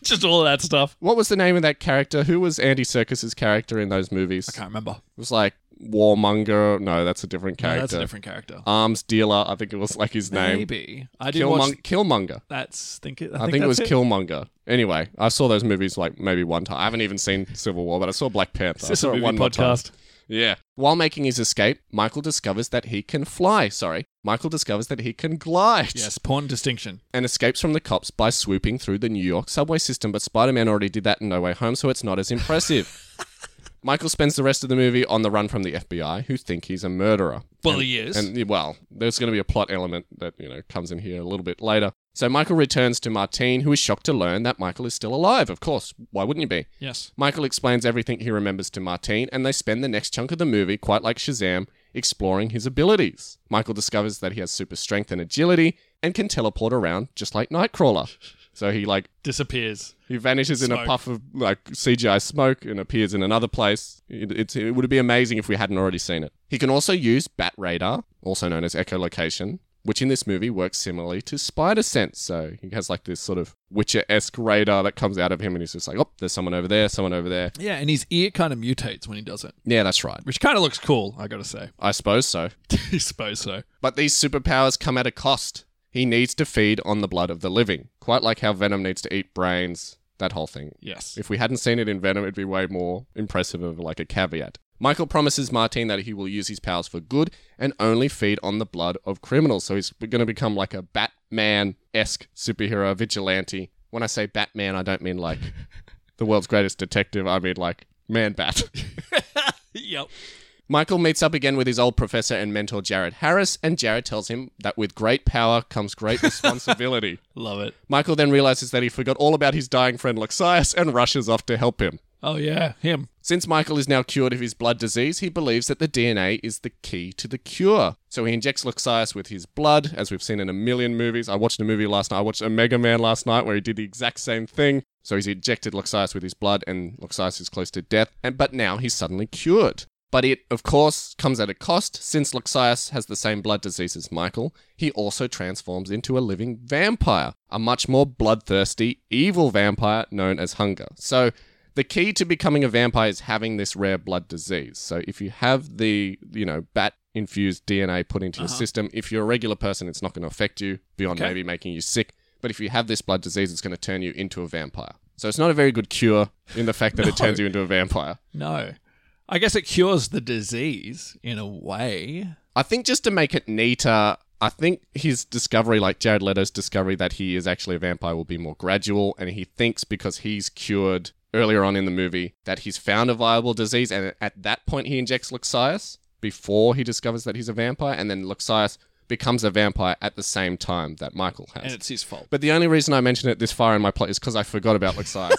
[SPEAKER 3] just all of that stuff.
[SPEAKER 2] What was the name of that character? Who was Andy Circus's character in those movies?
[SPEAKER 3] Can't remember.
[SPEAKER 2] It was like Warmonger. No, that's a different
[SPEAKER 3] No,
[SPEAKER 2] character.
[SPEAKER 3] that's a different character.
[SPEAKER 2] Arms dealer. I think it was like his name.
[SPEAKER 3] Maybe I did
[SPEAKER 2] Killmong-
[SPEAKER 3] watch.
[SPEAKER 2] Killmonger.
[SPEAKER 3] That's think it. I,
[SPEAKER 2] I
[SPEAKER 3] think,
[SPEAKER 2] think, it
[SPEAKER 3] that's
[SPEAKER 2] was Killmonger. Anyway, I saw those movies like maybe one time. I haven't even seen Civil War, but I saw Black Panther. I
[SPEAKER 3] This is
[SPEAKER 2] saw
[SPEAKER 3] a
[SPEAKER 2] it
[SPEAKER 3] movie
[SPEAKER 2] one more time.
[SPEAKER 3] podcast.
[SPEAKER 2] Yeah. While making his escape, Michael discovers that he can fly. Sorry. Michael discovers that he can glide
[SPEAKER 3] Yes, porn distinction.
[SPEAKER 2] and escapes from the cops by swooping through the New York subway system. But Spider Man already did that in No Way Home, so it's not as impressive. Michael spends the rest of the movie on the run from the FBI, who think he's a murderer.
[SPEAKER 3] Well, he is.
[SPEAKER 2] And well, there's going to be a plot element that you know comes in here a little bit later. So Michael returns to Martine, who is shocked to learn that Michael is still alive. Of course, why wouldn't you be?
[SPEAKER 3] yes.
[SPEAKER 2] Michael explains everything he remembers to Martine, and they spend the next chunk of the movie, quite like Shazam, exploring his abilities. Michael discovers that he has super strength and agility, and can teleport around just like Nightcrawler. So he like
[SPEAKER 3] Disappears.
[SPEAKER 2] he vanishes in a
[SPEAKER 3] Smoke.
[SPEAKER 2] puff of like CGI smoke and appears in another place. It, it's it would be amazing if we hadn't already seen it. He can also use bat radar, also known as echolocation, which in this movie works similarly to spider sense. So he has like this sort of Witcher esque radar that comes out of him, and he's just like, oh, there's someone over there, someone over there.
[SPEAKER 3] Yeah, and his ear kind of mutates when he does it,
[SPEAKER 2] Yeah, that's right.
[SPEAKER 3] which kind of looks cool. I gotta say.
[SPEAKER 2] I suppose so.
[SPEAKER 3] I suppose so.
[SPEAKER 2] But these superpowers come at a cost. He needs to feed on the blood of the living, quite like how Venom needs to eat brains. That whole thing.
[SPEAKER 3] Yes.
[SPEAKER 2] If we hadn't seen it in Venom, it'd be way more impressive of like a caveat. Michael promises Martine that he will use his powers for good and only feed on the blood of criminals. So he's going to become like a Batman esque superhero vigilante. When I say Batman, I don't mean like the world's greatest detective. I mean like Man Bat.
[SPEAKER 3] yep.
[SPEAKER 2] Michael meets up again with his old professor and mentor, Jared Harris, and Jared tells him that with great power comes great responsibility.
[SPEAKER 3] Love it.
[SPEAKER 2] Michael then realizes that he forgot all about his dying friend, Loxias, and rushes off to help him.
[SPEAKER 3] Oh yeah, him.
[SPEAKER 2] Since Michael is now cured of his blood disease, he believes that the DNA is the key to the cure. So he injects Loxias with his blood, as we've seen in a million movies. I watched a movie last night. I watched a Mega Man last night where he did the exact same thing. So he's injected Loxias with his blood, and Loxias is close to death. And but now he's suddenly cured. But it, of course, comes at a cost. Since Loxias has the same blood disease as Michael, he also transforms into a living vampire, a much more bloodthirsty, evil vampire known as Hunger. So the key to becoming a vampire is having this rare blood disease. So if you have the, you know, bat infused DNA put into your system, if you're a regular person, it's not going to affect you beyond
[SPEAKER 3] Okay.
[SPEAKER 2] maybe making you sick. But if you have this blood disease, it's going to turn you into a vampire. So it's not a very good cure in the fact that it turns you into a vampire.
[SPEAKER 3] No. I guess it cures the disease in a way.
[SPEAKER 2] I think just to make it neater, I think his discovery, like Jared Leto's discovery that he is actually a vampire, will be more gradual. And he thinks because he's cured earlier on in the movie that he's found a viable disease. And at that point, he injects Luxias before he discovers that he's a vampire. And then Luxias becomes a vampire at the same time that Michael has.
[SPEAKER 3] And it's his fault.
[SPEAKER 2] but the only reason I mention it this far in my plot is because I forgot about Luxias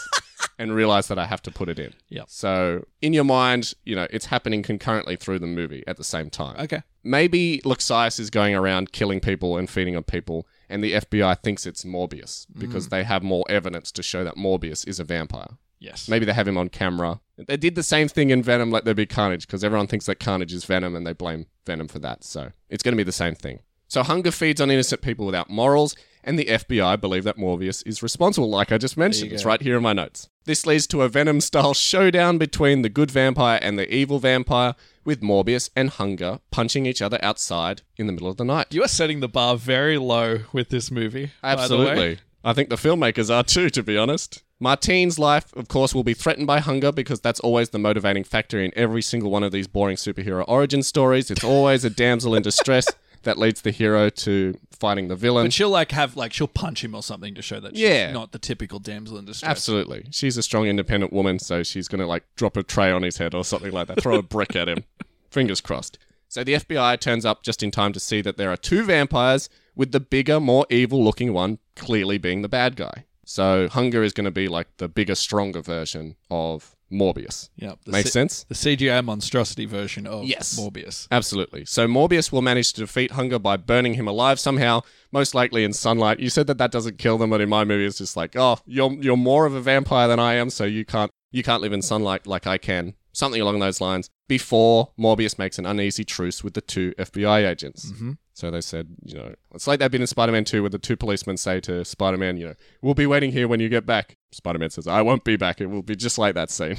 [SPEAKER 2] and realized that I have to put it in.
[SPEAKER 3] Yep.
[SPEAKER 2] So in your mind, you know, it's happening concurrently through the movie at the same time
[SPEAKER 3] Okay.
[SPEAKER 2] maybe Luxias is going around killing people and feeding on people, and the FBI thinks it's Morbius because they have more evidence to show that Morbius is a vampire.
[SPEAKER 3] Yes.
[SPEAKER 2] Maybe they have him on camera. They did the same thing in Venom, Let There Be Carnage, because everyone thinks that Carnage is Venom and they blame Venom for that. So it's going to be the same thing. So hunger feeds on innocent people without morals, and the FBI believe that Morbius is responsible, like I just mentioned. It's right here in my notes. This leads to a Venom style showdown between the good vampire and the evil vampire, with Morbius and Hunger punching each other outside in the middle of the night.
[SPEAKER 3] You are setting the bar very low with this movie. by the way.
[SPEAKER 2] Absolutely. I think the filmmakers are too, to be honest. Martine's life, of course, will be threatened by hunger because that's always the motivating factor in every single one of these boring superhero origin stories. It's always a damsel in distress that leads the hero to fighting the villain.
[SPEAKER 3] But she'll like have like she'll punch him or something to show that she's
[SPEAKER 2] Yeah.
[SPEAKER 3] not the typical damsel in distress.
[SPEAKER 2] Absolutely. She's a strong, independent woman, so she's going to like drop a tray on his head or something like that, throw a brick at him. Fingers crossed. So the FBI turns up just in time to see that there are two vampires, with the bigger, more evil looking one clearly being the bad guy. So Hunger is going to be like the bigger, stronger version of Morbius.
[SPEAKER 3] Yep. The
[SPEAKER 2] Makes
[SPEAKER 3] C-
[SPEAKER 2] sense?
[SPEAKER 3] The CGI monstrosity version of
[SPEAKER 2] Yes.
[SPEAKER 3] Morbius.
[SPEAKER 2] Absolutely. So Morbius will manage to defeat Hunger by burning him alive somehow, most likely in sunlight. You said that that doesn't kill them, but in my movie, it's just like, oh, you're you're more of a vampire than I am, so you can't you can't live in sunlight like I can. Something along those lines. Before Morbius makes an uneasy truce with the two FBI agents. So they said, you know, it's like that bit in Spider Man 2 where the two policemen say to Spider Man, you know, we'll be waiting here when you get back. Spider Man says, I won't be back. It will be just like that scene.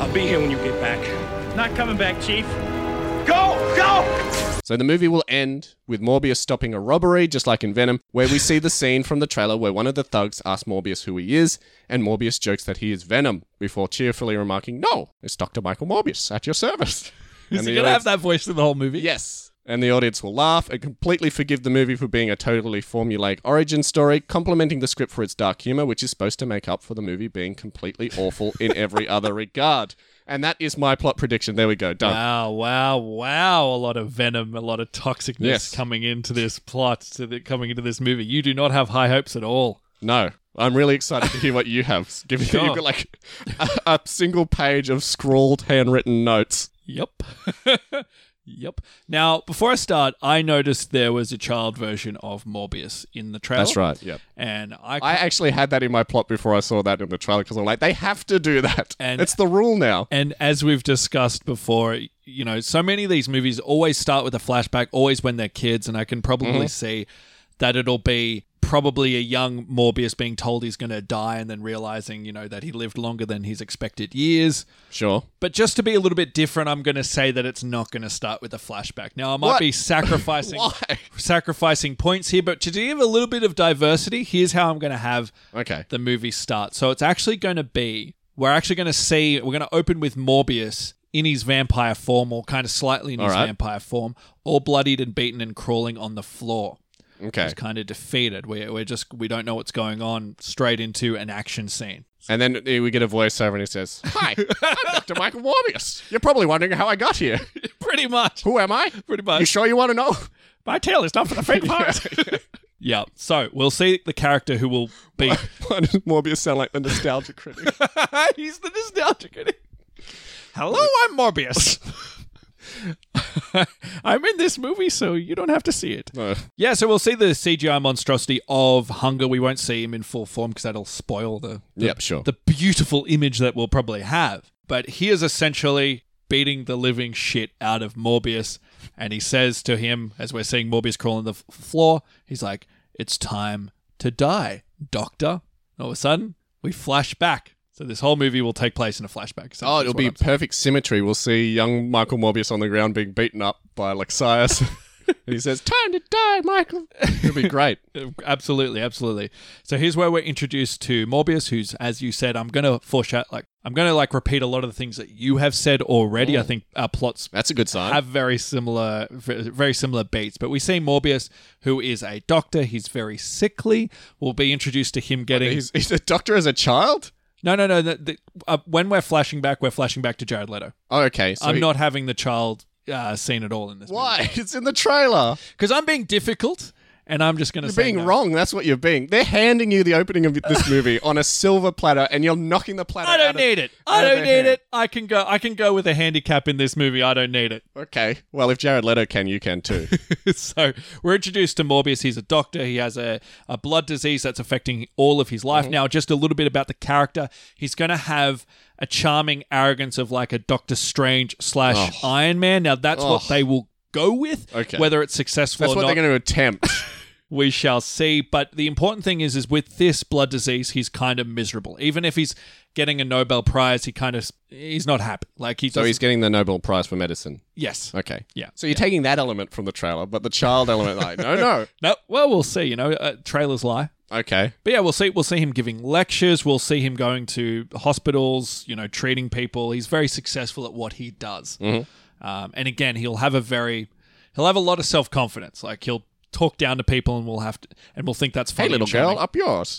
[SPEAKER 4] I'll be here when you get back.
[SPEAKER 5] Not coming back, Chief.
[SPEAKER 4] Go! Go!
[SPEAKER 2] So the movie will end with Morbius stopping a robbery, just like in Venom, where we see the scene from the trailer where one of the thugs asks Morbius who he is, and Morbius jokes that he is Venom before cheerfully remarking, No, it's Dr. Michael Morbius at your service.
[SPEAKER 3] Is
[SPEAKER 2] And
[SPEAKER 3] he
[SPEAKER 2] the
[SPEAKER 3] gonna have
[SPEAKER 2] audience-
[SPEAKER 3] that voice through the whole movie?
[SPEAKER 2] Yes. And the audience will laugh and completely forgive the movie for being a totally formulaic origin story, complimenting the script for its dark humor, which is supposed to make up for the movie being completely awful in every other regard. And that is my plot prediction. There we go. Done.
[SPEAKER 3] Wow, wow, wow. A lot of venom, a lot of toxicness
[SPEAKER 2] Yes.
[SPEAKER 3] coming into this plot, to the, coming into this movie. You do not have high hopes at all.
[SPEAKER 2] No, I'm really excited to hear what you have. Given that you've
[SPEAKER 3] Sure.
[SPEAKER 2] got like a, a single page of scrawled handwritten notes.
[SPEAKER 3] Yep. yep. Now, before I start, I noticed there was a child version of Morbius in the trailer.
[SPEAKER 2] right. Yep.
[SPEAKER 3] And I,
[SPEAKER 2] I actually had that in my plot before I saw that in the trailer because I'm like, they have to do that.
[SPEAKER 3] And-
[SPEAKER 2] it's the rule now.
[SPEAKER 3] And as we've discussed before, you know, so many of these movies always start with a flashback, always when they're kids, and I can probably
[SPEAKER 2] Mm-hmm.
[SPEAKER 3] see that it'll be probably a young Morbius being told he's going to die and then realizing, you know, that he lived longer than his expected years.
[SPEAKER 2] Sure.
[SPEAKER 3] But just to be a little bit different, I'm going to say that it's not going to start with a flashback. Now, I might
[SPEAKER 2] What?
[SPEAKER 3] be sacrificing
[SPEAKER 2] Why?
[SPEAKER 3] sacrificing points here, but to give a little bit of diversity, here's how I'm going to have
[SPEAKER 2] Okay.
[SPEAKER 3] the movie starts. So it's actually going to be we're actually going to see we're going to open with Morbius in his vampire form, or kind of slightly in
[SPEAKER 2] All
[SPEAKER 3] his
[SPEAKER 2] right.
[SPEAKER 3] vampire form, all bloodied and beaten and crawling on the floor.
[SPEAKER 2] Okay.
[SPEAKER 3] He's kind of defeated. We're, we're just we don't know what's going on. Straight into an action scene.
[SPEAKER 2] And then we get a voiceover and he says, Hi, I'm Dr. Michael Morbius. You're probably wondering how I got here.
[SPEAKER 3] Pretty much.
[SPEAKER 2] Who am I?
[SPEAKER 3] Pretty much.
[SPEAKER 2] You sure you want to know?
[SPEAKER 3] My tail is not for the faint hearted. yeah. So we'll see the character who will be.
[SPEAKER 2] Why does Morbius sound like the nostalgia critic?
[SPEAKER 3] He's the nostalgia critic. Hello, I'm Morbius. I'm in this movie, so you don't have to see it.
[SPEAKER 2] No.
[SPEAKER 3] Yeah, so we'll see the CGI monstrosity of Hunger. We won't see him in full form because that'll spoil the, the,
[SPEAKER 2] Yep, sure.
[SPEAKER 3] the beautiful image that we'll probably have. But he is essentially beating the living shit out of Morbius. And he says to him, as we're seeing Morbius crawl on the f- floor, he's like, It's time to die, Doctor. All of a sudden, we flash back. So this whole movie will take place in a flashback. So
[SPEAKER 2] Oh,
[SPEAKER 3] that's
[SPEAKER 2] it'll
[SPEAKER 3] what
[SPEAKER 2] be
[SPEAKER 3] I'm
[SPEAKER 2] perfect symmetry. We'll see young Michael Morbius on the ground being beaten up by Alexias. and he says, Time to die, Michael. It'll be great.
[SPEAKER 3] Absolutely, absolutely. So here's where we're introduced to Morbius, who's, as you said, I'm gonna foreshadow, like, I'm gonna like repeat a lot of the things that you have said already.
[SPEAKER 2] Oh.
[SPEAKER 3] I think our plots
[SPEAKER 2] That's a good sign.
[SPEAKER 3] have very similar, v- very similar beats. But we see Morbius, who is a doctor. He's very sickly. We'll be introduced to him getting.
[SPEAKER 2] he's, he's a doctor as a child?
[SPEAKER 3] no, no, no. The, the, uh, when we're flashing back, we're flashing back to Jared Leto.
[SPEAKER 2] Oh, okay. So
[SPEAKER 3] I'm
[SPEAKER 2] he-
[SPEAKER 3] not having the child uh, scene at all in this.
[SPEAKER 2] Why? It's in the trailer.
[SPEAKER 3] Because I'm being difficult, and I'm just gonna
[SPEAKER 2] You're
[SPEAKER 3] say
[SPEAKER 2] being
[SPEAKER 3] no.
[SPEAKER 2] wrong. That's what you're being. They're handing you the opening of this movie on a silver platter, and you're knocking the platter
[SPEAKER 3] I
[SPEAKER 2] out
[SPEAKER 3] don't
[SPEAKER 2] of-
[SPEAKER 3] need it. I
[SPEAKER 2] out of
[SPEAKER 3] don't
[SPEAKER 2] their
[SPEAKER 3] need
[SPEAKER 2] hand.
[SPEAKER 3] it. I can go. I can go with a handicap in this movie. I don't need it.
[SPEAKER 2] Okay. Well, if Jared Leto can, you can too.
[SPEAKER 3] so we're introduced to Morbius. He's a doctor. He has a, a blood disease that's affecting all of his life.
[SPEAKER 2] Mm-hmm.
[SPEAKER 3] Now, just a little bit about the character. He's going to have a charming arrogance of like a Doctor Strange slash Iron Man. Now, that's what they will go with.
[SPEAKER 2] Oh. Okay.
[SPEAKER 3] Whether it's successful
[SPEAKER 2] That's
[SPEAKER 3] or
[SPEAKER 2] what
[SPEAKER 3] not.
[SPEAKER 2] they're going to attempt.
[SPEAKER 3] we shall see. But the important thing is, is with this blood disease, he's kind of miserable. Even if he's getting a Nobel Prize, he kind of he's not happy. Like he
[SPEAKER 2] So
[SPEAKER 3] doesn't-
[SPEAKER 2] he's getting the Nobel Prize for medicine.
[SPEAKER 3] yes,
[SPEAKER 2] Okay.
[SPEAKER 3] Yeah.
[SPEAKER 2] So you're taking that element from the trailer, but the child element, like, no, no.
[SPEAKER 3] no. Well, we'll see. You know, uh, trailers lie.
[SPEAKER 2] Okay.
[SPEAKER 3] But yeah, we'll see. We'll see him giving lectures. We'll see him going to hospitals. You know, treating people. He's very successful at what he does.
[SPEAKER 2] Mm-hmm.
[SPEAKER 3] Um, and again, he'll have a very, he'll have a lot of self confidence. Like he'll talk down to people, and we'll have to, and we'll think that's funny.
[SPEAKER 2] Hey, little
[SPEAKER 3] and charming.
[SPEAKER 2] girl, up yours.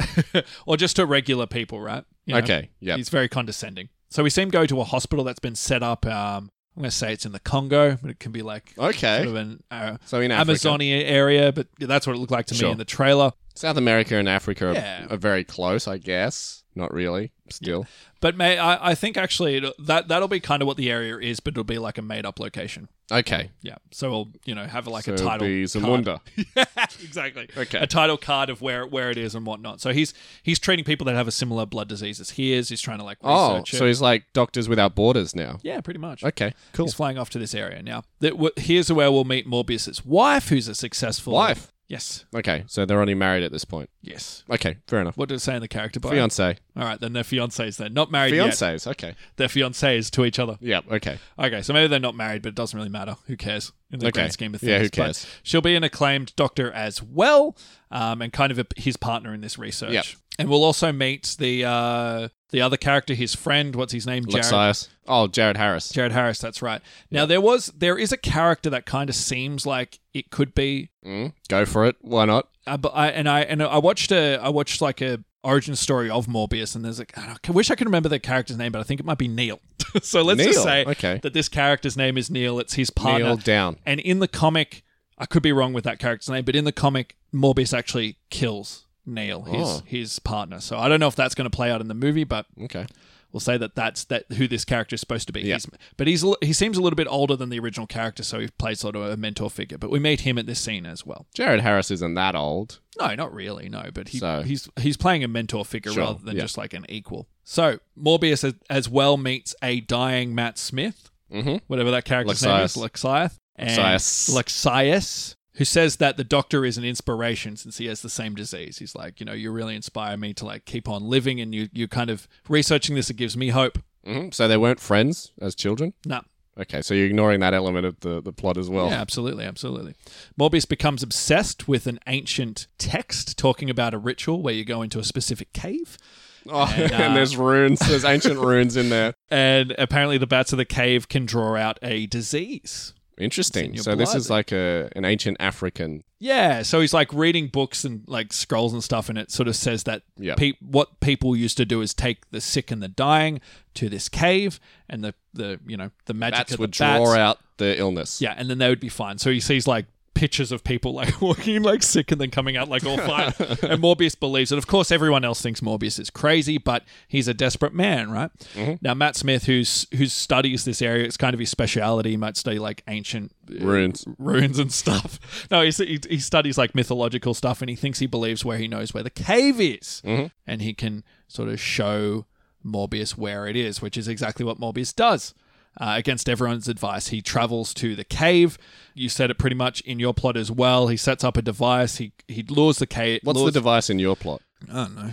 [SPEAKER 3] or just to regular people, right? You know,
[SPEAKER 2] Okay, yep.
[SPEAKER 3] He's very condescending. So we see him go to a hospital that's been set up. Um, I'm going to say it's in the Congo, but it can be like sort of
[SPEAKER 2] Okay.
[SPEAKER 3] an uh,
[SPEAKER 2] So in Africa.
[SPEAKER 3] Amazonia area. But that's what it looked like to
[SPEAKER 2] Sure.
[SPEAKER 3] me in the trailer.
[SPEAKER 2] South America and Africa are,
[SPEAKER 3] Yeah.
[SPEAKER 2] are very close, I guess. Not really, still.
[SPEAKER 3] But may, I, I think actually it, that that'll be kind of what the area is, but it'll be like a made up location.
[SPEAKER 2] Okay.
[SPEAKER 3] Yeah. So we'll you know have like
[SPEAKER 2] So
[SPEAKER 3] a
[SPEAKER 2] it'll
[SPEAKER 3] title.
[SPEAKER 2] be
[SPEAKER 3] card.
[SPEAKER 2] Zamunda.
[SPEAKER 3] exactly.
[SPEAKER 2] Okay.
[SPEAKER 3] A title card of where where it is and whatnot. So he's he's treating people that have a similar blood disease as he is. He's trying to like
[SPEAKER 2] Oh,
[SPEAKER 3] research it.
[SPEAKER 2] so he's like Doctors Without Borders now.
[SPEAKER 3] yeah, pretty much.
[SPEAKER 2] Okay, cool.
[SPEAKER 3] He's flying off to this area now. That w- here's where we'll meet Morbius's wife, who's a successful
[SPEAKER 2] Wife?
[SPEAKER 3] Yes,
[SPEAKER 2] Okay, so they're only married at this point.
[SPEAKER 3] yes.
[SPEAKER 2] Okay, fair enough.
[SPEAKER 3] What did it say in the character bio?
[SPEAKER 2] Fiance.
[SPEAKER 3] All right, then they're fiancés. They're not married yet.
[SPEAKER 2] Fiancés, okay.
[SPEAKER 3] They're fiancés to each other.
[SPEAKER 2] Yeah, okay.
[SPEAKER 3] Okay, so maybe they're not married, but it doesn't really matter. Who cares in the
[SPEAKER 2] Okay.
[SPEAKER 3] grand scheme of things?
[SPEAKER 2] Yeah, who
[SPEAKER 3] But
[SPEAKER 2] cares?
[SPEAKER 3] she'll be an acclaimed doctor as well, um, and kind of a, his partner in this research.
[SPEAKER 2] Yep.
[SPEAKER 3] And we'll also meet the uh, the other character, his friend. What's his name? Jared.
[SPEAKER 2] Lexias. Oh, Jared Harris.
[SPEAKER 3] Jared Harris, that's right. Now there was there is a character that kind of seems like it could be
[SPEAKER 2] Mm, go for it. Why not?
[SPEAKER 3] uh, but I and I and I watched a I watched like a origin story of Morbius and there's like I, don't- I wish I could remember the character's name, but I think it might be Neil. so let's
[SPEAKER 2] Neil,
[SPEAKER 3] just say
[SPEAKER 2] okay.
[SPEAKER 3] that this character's name is Neil. It's his partner.
[SPEAKER 2] Kneel down.
[SPEAKER 3] And in the comic, I could be wrong with that character's name, but in the comic, Morbius actually kills Neil, his
[SPEAKER 2] Oh.
[SPEAKER 3] his partner. So I don't know if that's going to play out in the movie, but
[SPEAKER 2] Okay.
[SPEAKER 3] we'll say that that's that who this character is supposed to be.
[SPEAKER 2] Yeah.
[SPEAKER 3] He's, but he's a li- he seems a little bit older than the original character, so he plays sort of a mentor figure. But we meet him at this scene as well.
[SPEAKER 2] Jared Harris isn't that old.
[SPEAKER 3] No, not really. No, but he,
[SPEAKER 2] So-
[SPEAKER 3] he's he's playing a mentor figure
[SPEAKER 2] Sure,
[SPEAKER 3] rather than
[SPEAKER 2] yeah.
[SPEAKER 3] just like an equal. So Morbius as, as well meets a dying Matt Smith,
[SPEAKER 2] Mhm.
[SPEAKER 3] whatever that character's name is, Lexiath, and
[SPEAKER 2] Lexias.
[SPEAKER 3] Lexias, who says that the Doctor is an inspiration since he has the same disease. He's like, you know, you really inspire me to like keep on living, and you you kind of researching this, it gives me hope.
[SPEAKER 2] hmm So they weren't friends as children?
[SPEAKER 3] Nah,
[SPEAKER 2] Okay, so you're ignoring that element of the, the plot as well.
[SPEAKER 3] Yeah, absolutely, absolutely. Morbius becomes obsessed with an ancient text talking about a ritual where you go into a specific cave.
[SPEAKER 2] Oh, and,
[SPEAKER 3] And, uh,
[SPEAKER 2] there's runes. There's ancient runes in there.
[SPEAKER 3] and apparently the bats of the cave can draw out a disease.
[SPEAKER 2] Interesting.
[SPEAKER 3] your
[SPEAKER 2] so this
[SPEAKER 3] blood.
[SPEAKER 2] is like a an ancient African.
[SPEAKER 3] Yeah, so he's like reading books and like scrolls and stuff, and it sort of says that
[SPEAKER 2] Yeah.
[SPEAKER 3] pe- what people used to do is take the sick and the dying to this cave, and the the you know the magic
[SPEAKER 2] Bats
[SPEAKER 3] of
[SPEAKER 2] would
[SPEAKER 3] the
[SPEAKER 2] draw
[SPEAKER 3] bats,
[SPEAKER 2] out the illness.
[SPEAKER 3] yeah, and then they would be fine. So he sees like pictures of people like walking like sick and then coming out like all fine, and Morbius believes it. Of course, everyone else thinks Morbius is crazy, but he's a desperate man, right?
[SPEAKER 2] Mm-hmm.
[SPEAKER 3] Now Matt Smith, who's who studies this area, it's kind of his speciality. He might study like ancient uh,
[SPEAKER 2] Runes.
[SPEAKER 3] runes and stuff. No, he's, he, he studies like mythological stuff and he thinks he believes where he knows where the cave is.
[SPEAKER 2] Mm-hmm.
[SPEAKER 3] And he can sort of show Morbius where it is, which is exactly what Morbius does. Uh, against everyone's advice, he travels to the cave. You said it pretty much in your plot as well. He sets up a device. He he lures the cave.
[SPEAKER 2] What's the
[SPEAKER 3] lures-
[SPEAKER 2] device in your plot?
[SPEAKER 3] I don't know.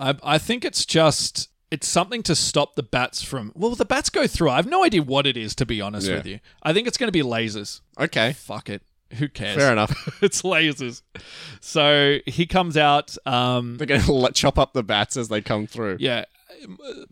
[SPEAKER 3] I, I think it's just it's something to stop the bats from. Well, the bats go through. I have no idea what it is to be honest
[SPEAKER 2] Yeah.
[SPEAKER 3] with you. I think it's going to be lasers.
[SPEAKER 2] Okay,
[SPEAKER 3] Fuck it. Who cares?
[SPEAKER 2] fair enough.
[SPEAKER 3] it's lasers. So he comes out. Um,
[SPEAKER 2] They're going to chop up the bats as they come through.
[SPEAKER 3] yeah,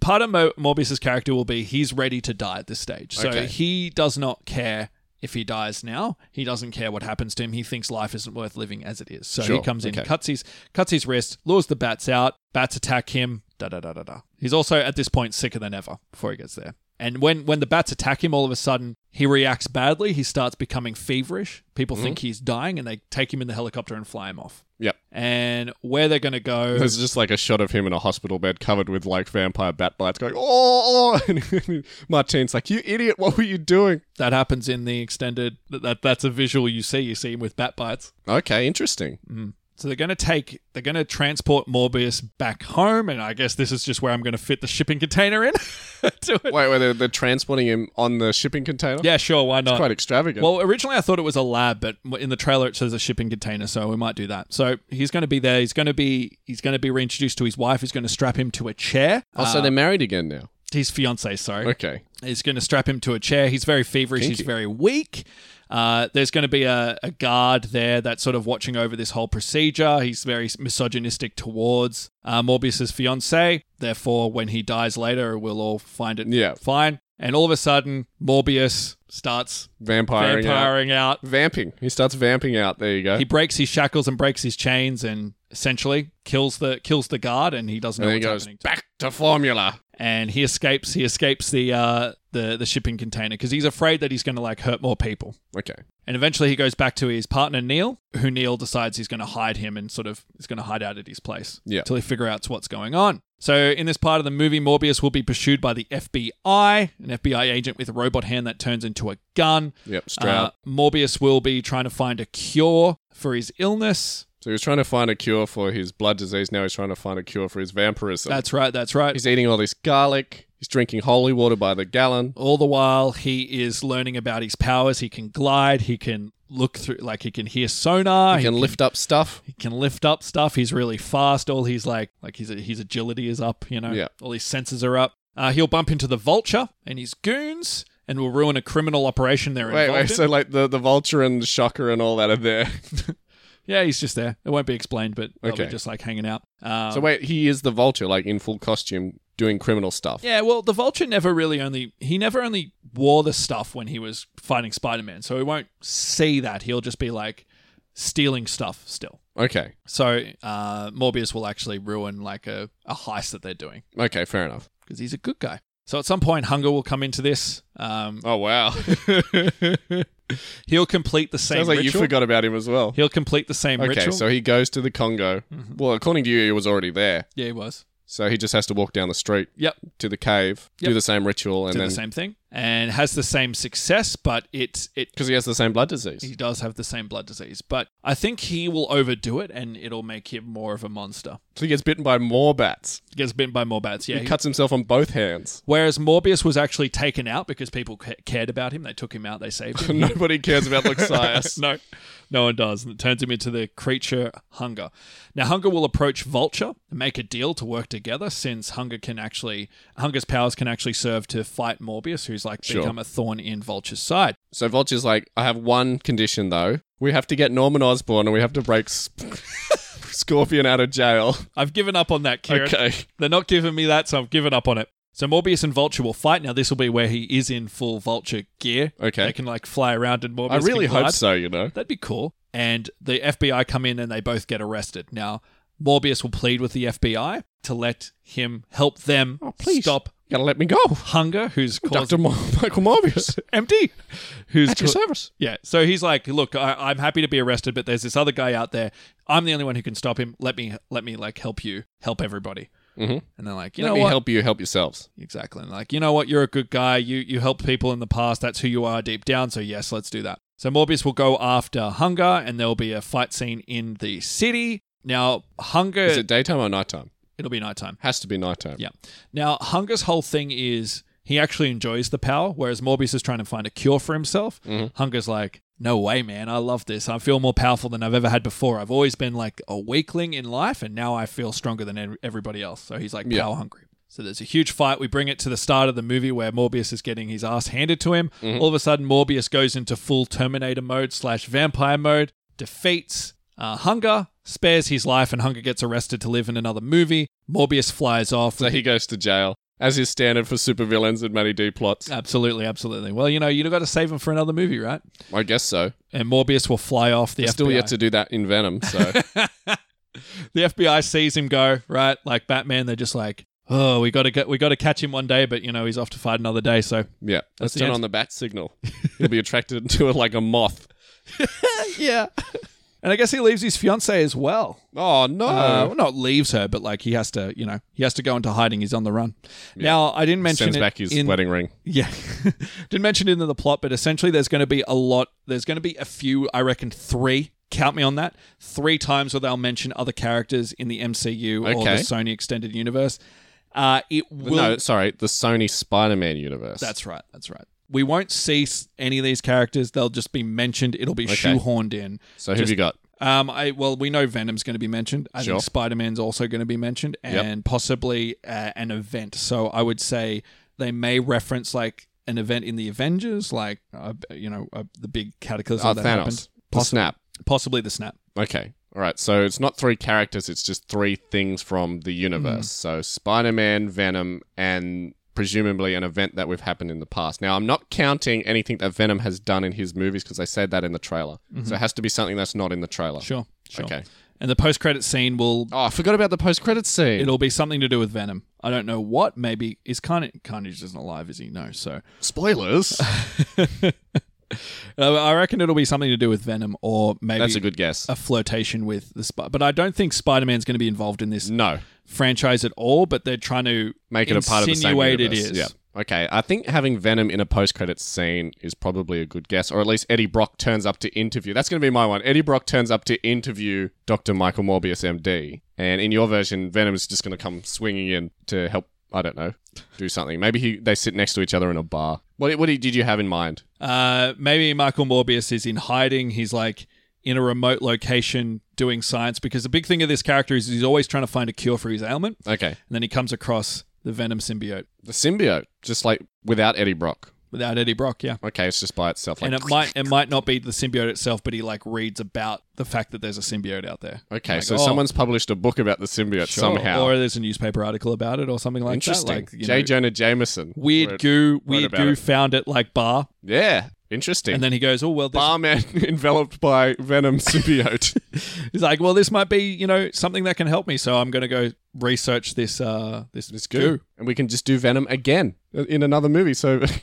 [SPEAKER 3] part of Mo- Morbius's character will be he's ready to die at this stage. So
[SPEAKER 2] Okay.
[SPEAKER 3] he does not care if he dies now. He doesn't care what happens to him. He thinks life isn't worth living as it is. So
[SPEAKER 2] Sure,
[SPEAKER 3] he comes in,
[SPEAKER 2] okay.
[SPEAKER 3] cuts his cuts his wrist, lures the bats out. Bats attack him. Da da da da da. He's also at this point sicker than ever before he gets there. And when, when the bats attack him, all of a sudden he reacts badly. He starts becoming feverish. People think he's dying, and they take him in the helicopter and fly him off.
[SPEAKER 2] Mm-hmm. Yep.
[SPEAKER 3] And where they're going to go?
[SPEAKER 2] There's just like a shot of him in a hospital bed covered with like vampire bat bites going, oh, oh," and Martine's like, you idiot, what were you doing?
[SPEAKER 3] that happens in the extended that, that that's a visual you see you see him with bat bites
[SPEAKER 2] Okay, interesting.
[SPEAKER 3] So they're going to take, they're going to transport Morbius back home, and I guess this is just where I'm going to fit the shipping container in. to it.
[SPEAKER 2] Wait, wait, they're, they're transporting him on the shipping container?
[SPEAKER 3] Yeah, sure, why not?
[SPEAKER 2] Quite extravagant.
[SPEAKER 3] Well, originally I thought it was a lab, but in the trailer it says a shipping container, so we might do that. So he's going to be there. He's going to be he's going to be reintroduced to his wife. He's going to strap him to a chair. Uh,
[SPEAKER 2] oh, so they're married again now.
[SPEAKER 3] His fiance, sorry,
[SPEAKER 2] Okay.
[SPEAKER 3] he's going to strap him to a chair. He's very feverish.
[SPEAKER 2] Kinky.
[SPEAKER 3] He's very weak. Uh, there's going to be a, a guard there that's sort of watching over this whole procedure. He's very misogynistic towards uh, Morbius's fiance. Therefore, when he dies later, we'll all find it
[SPEAKER 2] Yeah.
[SPEAKER 3] fine. And all of a sudden, Morbius starts
[SPEAKER 2] Vampiring. out.
[SPEAKER 3] vampiring out.
[SPEAKER 2] Vamping. He starts vamping out. There you go.
[SPEAKER 3] He breaks his shackles and breaks his chains and essentially kills the kills the guard and he doesn't
[SPEAKER 2] and
[SPEAKER 3] know
[SPEAKER 2] then he
[SPEAKER 3] what's
[SPEAKER 2] goes
[SPEAKER 3] happening. to-
[SPEAKER 2] back to formula.
[SPEAKER 3] And he escapes he escapes the uh the, the shipping container because he's afraid that he's gonna like hurt more people.
[SPEAKER 2] Okay.
[SPEAKER 3] And eventually he goes back to his partner Neil, who Neil decides he's gonna hide him and sort of is gonna hide out at his place.
[SPEAKER 2] Yeah.
[SPEAKER 3] Till he figure out what's going on. So in this part of the movie, Morbius will be pursued by the FBI, an FBI agent with a robot hand that turns into a gun.
[SPEAKER 2] Yep. Stroud.
[SPEAKER 3] Uh, Morbius will be trying to find a cure for his illness.
[SPEAKER 2] so he was trying to find a cure for his blood disease. Now he's trying to find a cure for his vampirism.
[SPEAKER 3] That's right. That's right.
[SPEAKER 2] he's eating all this garlic. He's drinking holy water by the gallon.
[SPEAKER 3] all the while, he is learning about his powers. He can glide. He can look through, like Oh, he can hear sonar.
[SPEAKER 2] He can lift up stuff.
[SPEAKER 3] He can lift up stuff. He's really fast. All his like, like his his agility is up. You know,
[SPEAKER 2] Yeah.
[SPEAKER 3] all his senses are up. Uh, he'll bump into the Vulture and his goons, and will ruin a criminal operation they're
[SPEAKER 2] Wait,
[SPEAKER 3] involved
[SPEAKER 2] wait.
[SPEAKER 3] in.
[SPEAKER 2] So like the, the vulture and the shocker and all that are there.
[SPEAKER 3] yeah, he's just there. It won't be explained, but okay.
[SPEAKER 2] Okay.
[SPEAKER 3] just like hanging out. Um,
[SPEAKER 2] so wait, he is the vulture, like in full costume, doing criminal stuff.
[SPEAKER 3] Yeah, well, the Vulture never really only he never only wore the stuff when he was fighting Spider Man, so we won't see that. He'll just be like stealing stuff still.
[SPEAKER 2] Okay.
[SPEAKER 3] So uh, Morbius will actually ruin like a, a heist that they're doing
[SPEAKER 2] Okay. Fair enough.
[SPEAKER 3] because he's a good guy. So at some point, Hunger will come into this. Um,
[SPEAKER 2] Oh wow.
[SPEAKER 3] he'll complete the same
[SPEAKER 2] Sounds like you
[SPEAKER 3] ritual.
[SPEAKER 2] forgot about him as well.
[SPEAKER 3] He'll complete the same
[SPEAKER 2] Okay,
[SPEAKER 3] ritual. Mm-hmm.
[SPEAKER 2] so he goes to the Congo. Well, according to you, he was already there.
[SPEAKER 3] yeah, he was.
[SPEAKER 2] So he just has to walk down the street
[SPEAKER 3] Yep.
[SPEAKER 2] to the cave,
[SPEAKER 3] Yep.
[SPEAKER 2] do the same ritual, and
[SPEAKER 3] Did
[SPEAKER 2] then
[SPEAKER 3] the same thing and has the same success, but it it
[SPEAKER 2] because he has the same blood disease.
[SPEAKER 3] he does have the same blood disease, but I think he will overdo it and it'll make him more of a monster.
[SPEAKER 2] So he gets bitten by more bats.
[SPEAKER 3] He gets bitten by more bats, yeah.
[SPEAKER 2] he
[SPEAKER 3] he-
[SPEAKER 2] cuts himself on both hands.
[SPEAKER 3] Whereas Morbius was actually taken out because people ca- cared about him. They took him out, they saved him.
[SPEAKER 2] Nobody cares about Luxias.
[SPEAKER 3] no, no one does. And it turns him into the creature Hunger. Now, Hunger will approach Vulture and make a deal to work together since Hunger can actually, Hunger's powers can actually serve to fight Morbius, who's like
[SPEAKER 2] Sure.
[SPEAKER 3] become a thorn in Vulture's side.
[SPEAKER 2] So Vulture's like, I have one condition though. We have to get Norman Osborn, and we have to break Sp- Scorpion out of jail.
[SPEAKER 3] I've given up on that, Kieran.
[SPEAKER 2] Okay.
[SPEAKER 3] They're not giving me that, so I've given up on it. So Morbius and Vulture will fight. Now this will be where he is in full Vulture gear.
[SPEAKER 2] Okay.
[SPEAKER 3] they can like fly around and Morbius.
[SPEAKER 2] I really
[SPEAKER 3] can
[SPEAKER 2] hope
[SPEAKER 3] glide.
[SPEAKER 2] so. You know.
[SPEAKER 3] That'd be cool. And the FBI come in and they both get arrested. Now Morbius will plead with the FBI to let him help them
[SPEAKER 2] Oh, please. Oh,
[SPEAKER 3] stop
[SPEAKER 2] You gotta let me go,
[SPEAKER 3] hunger, who's
[SPEAKER 2] Doctor
[SPEAKER 3] causing
[SPEAKER 2] Mo- Michael Morbius.
[SPEAKER 3] MD, who's
[SPEAKER 2] At your
[SPEAKER 3] ca-
[SPEAKER 2] service.
[SPEAKER 3] yeah. So he's like, look, I, I'm happy to be arrested, but there's this other guy out there. I'm the only one who can stop him. Let me, let me like help you, help everybody.
[SPEAKER 2] Mhm.
[SPEAKER 3] And they're like, you
[SPEAKER 2] let
[SPEAKER 3] know
[SPEAKER 2] me
[SPEAKER 3] what?
[SPEAKER 2] help you help yourselves.
[SPEAKER 3] Exactly. And like, you know what? You're a good guy. You you helped people in the past. That's who you are deep down. So yes, let's do that. So Morbius will go after Hunger, and there'll be a fight scene in the city. Now, Hunger.
[SPEAKER 2] Is it daytime or nighttime?
[SPEAKER 3] it'll be nighttime.
[SPEAKER 2] Has to be nighttime.
[SPEAKER 3] Yeah. Now, Hunger's whole thing is he actually enjoys the power, whereas Morbius is trying to find a cure for himself. Hunger's like, no way, man. I love this. I feel more powerful than I've ever had before. I've always been like a weakling in life, and now I feel stronger than ev- everybody else. So he's like
[SPEAKER 2] Yeah.
[SPEAKER 3] power hungry. So there's a huge fight. We bring it to the start of the movie where Morbius is getting his ass handed to him. All of a sudden, Morbius goes into full Terminator mode slash vampire mode, defeats uh, Hunger, spares his life, and Hunger gets arrested to live in another movie. Morbius flies off.
[SPEAKER 2] So he goes to jail, as is standard for supervillains and many D plots.
[SPEAKER 3] Absolutely, absolutely. Well, you know, you've got to save him for another movie, right?
[SPEAKER 2] I guess so.
[SPEAKER 3] And Morbius will fly off the FBI.
[SPEAKER 2] Still yet to do that in Venom. So
[SPEAKER 3] the FBI sees him go, right? Like Batman, they're just like, oh, we got to get, we got to catch him one day, but you know, he's off to fight another day. So
[SPEAKER 2] yeah, let's
[SPEAKER 3] the
[SPEAKER 2] turn
[SPEAKER 3] answer.
[SPEAKER 2] on the bat signal. He'll be attracted to it like a moth.
[SPEAKER 3] yeah. And I guess he leaves his fiance as well.
[SPEAKER 2] Oh no!
[SPEAKER 3] Uh, well, not leaves her, but like he has to, you know, he has to go into hiding. He's on the run. Now, I didn't mention
[SPEAKER 2] Sends
[SPEAKER 3] it
[SPEAKER 2] back his
[SPEAKER 3] in-
[SPEAKER 2] wedding ring.
[SPEAKER 3] Yeah. Didn't mention it in the plot, but essentially there's going to be a lot. There's going to be a few, I reckon three Count me on that. Three times where they'll mention other characters in the MCU or
[SPEAKER 2] Okay.
[SPEAKER 3] the Sony Extended Universe. Uh, it will.
[SPEAKER 2] no, sorry, the Sony Spider-Man universe.
[SPEAKER 3] That's right. That's right. We won't see s- any of these characters. They'll just be mentioned. It'll be shoehorned in.
[SPEAKER 2] so. Who have you got?
[SPEAKER 3] Um, I well, we know Venom's going to be mentioned. I
[SPEAKER 2] Sure.
[SPEAKER 3] think Spider Man's also going to be mentioned,
[SPEAKER 2] Yep.
[SPEAKER 3] and possibly uh, an event. So I would say they may reference like an event in the Avengers, like uh, you know uh, the big cataclysm
[SPEAKER 2] Oh,
[SPEAKER 3] that
[SPEAKER 2] Thanos.
[SPEAKER 3] happened.
[SPEAKER 2] The snap.
[SPEAKER 3] Possibly the snap.
[SPEAKER 2] Okay. All right. So it's not three characters. It's just three things from the
[SPEAKER 3] Hmm.
[SPEAKER 2] universe. So Spider-Man, Venom, and presumably an event that we've happened in the past. Now I'm not counting anything that Venom has done in his movies because they said that in the trailer. So it has to be something that's not in the trailer.
[SPEAKER 3] Mm-hmm. Sure. Sure.
[SPEAKER 2] Okay.
[SPEAKER 3] And the post credit scene will
[SPEAKER 2] Oh, I forgot about the post-credits scene.
[SPEAKER 3] it'll be something to do with Venom. I don't know what. Maybe is Carnage Carnage isn't alive, is he? No. So
[SPEAKER 2] Spoilers.
[SPEAKER 3] Uh, I reckon it'll be something to do with Venom, or maybe
[SPEAKER 2] that's a good guess.
[SPEAKER 3] a flirtation with the Spider. But I don't think Spider Man's going to be involved in this
[SPEAKER 2] no.
[SPEAKER 3] franchise at all. But they're trying to
[SPEAKER 2] Make it a part of the same
[SPEAKER 3] insinuate
[SPEAKER 2] universe.
[SPEAKER 3] it is.
[SPEAKER 2] Yeah. Okay. I think having Venom in a post-credits scene is probably a good guess, or at least Eddie Brock turns up to interview. That's going to be my one. Eddie Brock turns up to interview Dr. Michael Morbius, MD. And in your version, Venom's just going to come swinging in to help. I don't know, do something. Maybe he, they sit next to each other in a bar. What what did you have in mind?
[SPEAKER 3] Uh, maybe Michael Morbius is in hiding. He's like in a remote location doing science because the big thing of this character is he's always trying to find a cure for his ailment, and
[SPEAKER 2] Okay,
[SPEAKER 3] then he comes across the Venom symbiote
[SPEAKER 2] the symbiote, just like without Eddie Brock.
[SPEAKER 3] without Eddie Brock. Yeah.
[SPEAKER 2] Okay, it's just by itself. Like,
[SPEAKER 3] and it might it might not be the symbiote itself, but he like reads about the fact that there's a symbiote out there.
[SPEAKER 2] okay,
[SPEAKER 3] Like,
[SPEAKER 2] so
[SPEAKER 3] oh,
[SPEAKER 2] someone's published a book about the symbiote
[SPEAKER 3] sure.
[SPEAKER 2] somehow.
[SPEAKER 3] or there's a newspaper article about it, or something like
[SPEAKER 2] Interesting.
[SPEAKER 3] that. Like you
[SPEAKER 2] J.
[SPEAKER 3] know,
[SPEAKER 2] Jonah Jameson.
[SPEAKER 3] weird
[SPEAKER 2] Wrote-
[SPEAKER 3] goo, weird
[SPEAKER 2] about
[SPEAKER 3] goo
[SPEAKER 2] it.
[SPEAKER 3] found it like bar,
[SPEAKER 2] Yeah, interesting.
[SPEAKER 3] and then he goes, oh well, this,
[SPEAKER 2] barman enveloped by venom symbiote.
[SPEAKER 3] he's like, well, this might be you know something that can help me, so I'm gonna go research this uh this
[SPEAKER 2] it's good. And we can just do Venom again in another movie. So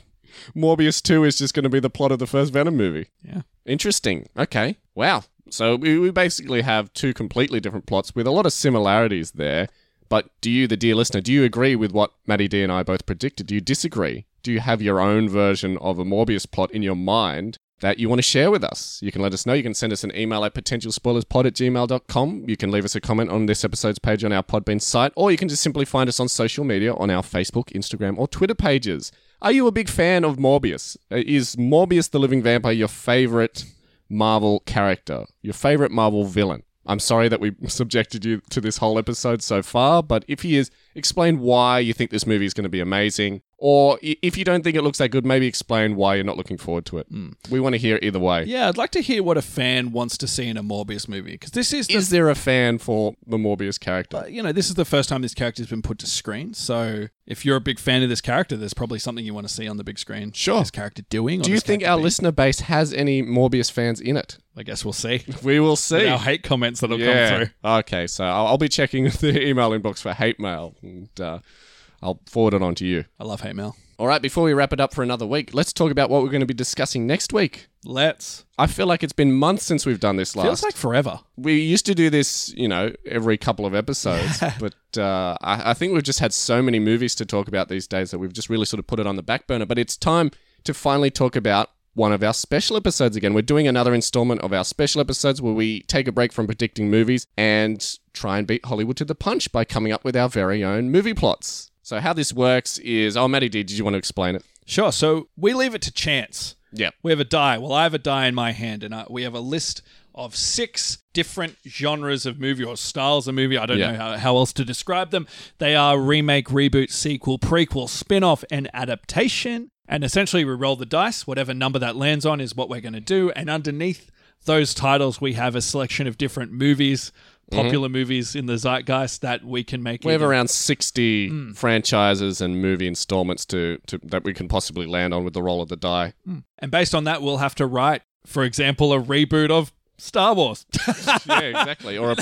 [SPEAKER 2] Morbius 2 is just going to be the plot of the first Venom movie.
[SPEAKER 3] Yeah.
[SPEAKER 2] Interesting. Okay. Wow. So we, we basically have two completely different plots with a lot of similarities there. But do you, the dear listener, do you agree with what Maddie D and I both predicted? Do you disagree? Do you have your own version of a Morbius plot in your mind that you want to share with us? You can let us know. You can send us an email at potentialspoilerspod at gmail.com. You can leave us a comment on this episode's page on our Podbean site, or you can just simply find us on social media on our Facebook, Instagram, or Twitter pages. Are you a big fan of Morbius? Uh, Is Morbius the Living Vampire your favorite Marvel character, your favorite Marvel villain? I'm sorry that we subjected you to this whole episode so far, but if he is, explain why you think this movie is going to be amazing. Or i- if you don't think it looks that good, maybe explain why you're not looking forward to it. We want to hear either way.
[SPEAKER 3] Yeah, I'd like to hear what a fan wants to see in a Morbius movie because this is the
[SPEAKER 2] Is there a fan for the Morbius character?
[SPEAKER 3] you know this is the first time this character's been put to screen. So if you're a big fan of this character, there's probably something you want to see on the big screen.
[SPEAKER 2] Sure.
[SPEAKER 3] this character doing. or
[SPEAKER 2] Do you
[SPEAKER 3] this
[SPEAKER 2] think
[SPEAKER 3] character
[SPEAKER 2] our
[SPEAKER 3] being.
[SPEAKER 2] listener base has any Morbius fans in it?
[SPEAKER 3] I guess we'll see.
[SPEAKER 2] We will see.
[SPEAKER 3] Our hate comments that'll come through.
[SPEAKER 2] Okay, so I'll, I'll be checking the email inbox for hate mail, and uh, I'll forward it on to you.
[SPEAKER 3] I love hate mail.
[SPEAKER 2] All right, before we wrap it up for another week, let's talk about what we're going to be discussing next week.
[SPEAKER 3] Let's.
[SPEAKER 2] I feel like it's been months since we've done this last.
[SPEAKER 3] Feels like forever.
[SPEAKER 2] we used to do this, you know, every couple of episodes, but uh, I, I think we've just had so many movies to talk about these days that we've just really sort of put it on the back burner. But it's time to finally talk about one of our special episodes again. We're doing another installment of our special episodes where we take a break from predicting movies and try and beat Hollywood to the punch by coming up with our very own movie plots. So how this works is, oh, Maddie D, did you want to explain it?
[SPEAKER 3] Sure. So we leave it to chance.
[SPEAKER 2] Yeah.
[SPEAKER 3] We have a die. Well, I have a die in my hand, and I, we have a list of six different genres of movie or styles of movie. I don't
[SPEAKER 2] Yeah.
[SPEAKER 3] know how, how else to describe them. They are remake, reboot, sequel, prequel, spin off, and adaptation. And essentially, we roll the dice. Whatever number that lands on is what we're going to do. And underneath those titles, we have a selection of different movies, popular movies in the zeitgeist that we can make.
[SPEAKER 2] Mm-hmm. We have
[SPEAKER 3] either-
[SPEAKER 2] around 60 franchises and movie installments to, to that we can possibly land on with the roll of the die.
[SPEAKER 3] And based on that, we'll have to write, for example, a reboot of Star Wars.
[SPEAKER 2] yeah, exactly. Or a,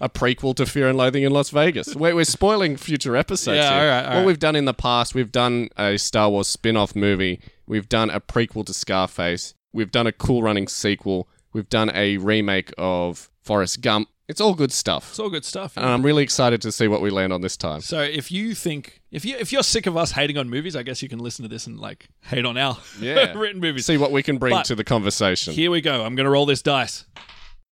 [SPEAKER 2] a prequel to Fear and Loathing in Las Vegas. We're, we're spoiling future episodes.
[SPEAKER 3] Yeah,
[SPEAKER 2] here.
[SPEAKER 3] all right, all
[SPEAKER 2] what
[SPEAKER 3] right.
[SPEAKER 2] we've done in the past, we've done a Star Wars spin off movie, we've done a prequel to Scarface, we've done a cool running sequel, we've done a remake of Forrest Gump. It's all good stuff.
[SPEAKER 3] it's all good stuff.
[SPEAKER 2] And I'm really excited to see what we land on this time.
[SPEAKER 3] So if you think if you if you're sick of us hating on movies, I guess you can listen to this and like hate on our
[SPEAKER 2] Yeah.
[SPEAKER 3] written movies.
[SPEAKER 2] See what we can bring
[SPEAKER 3] But-
[SPEAKER 2] to the conversation.
[SPEAKER 3] Here we go. I'm gonna roll this dice.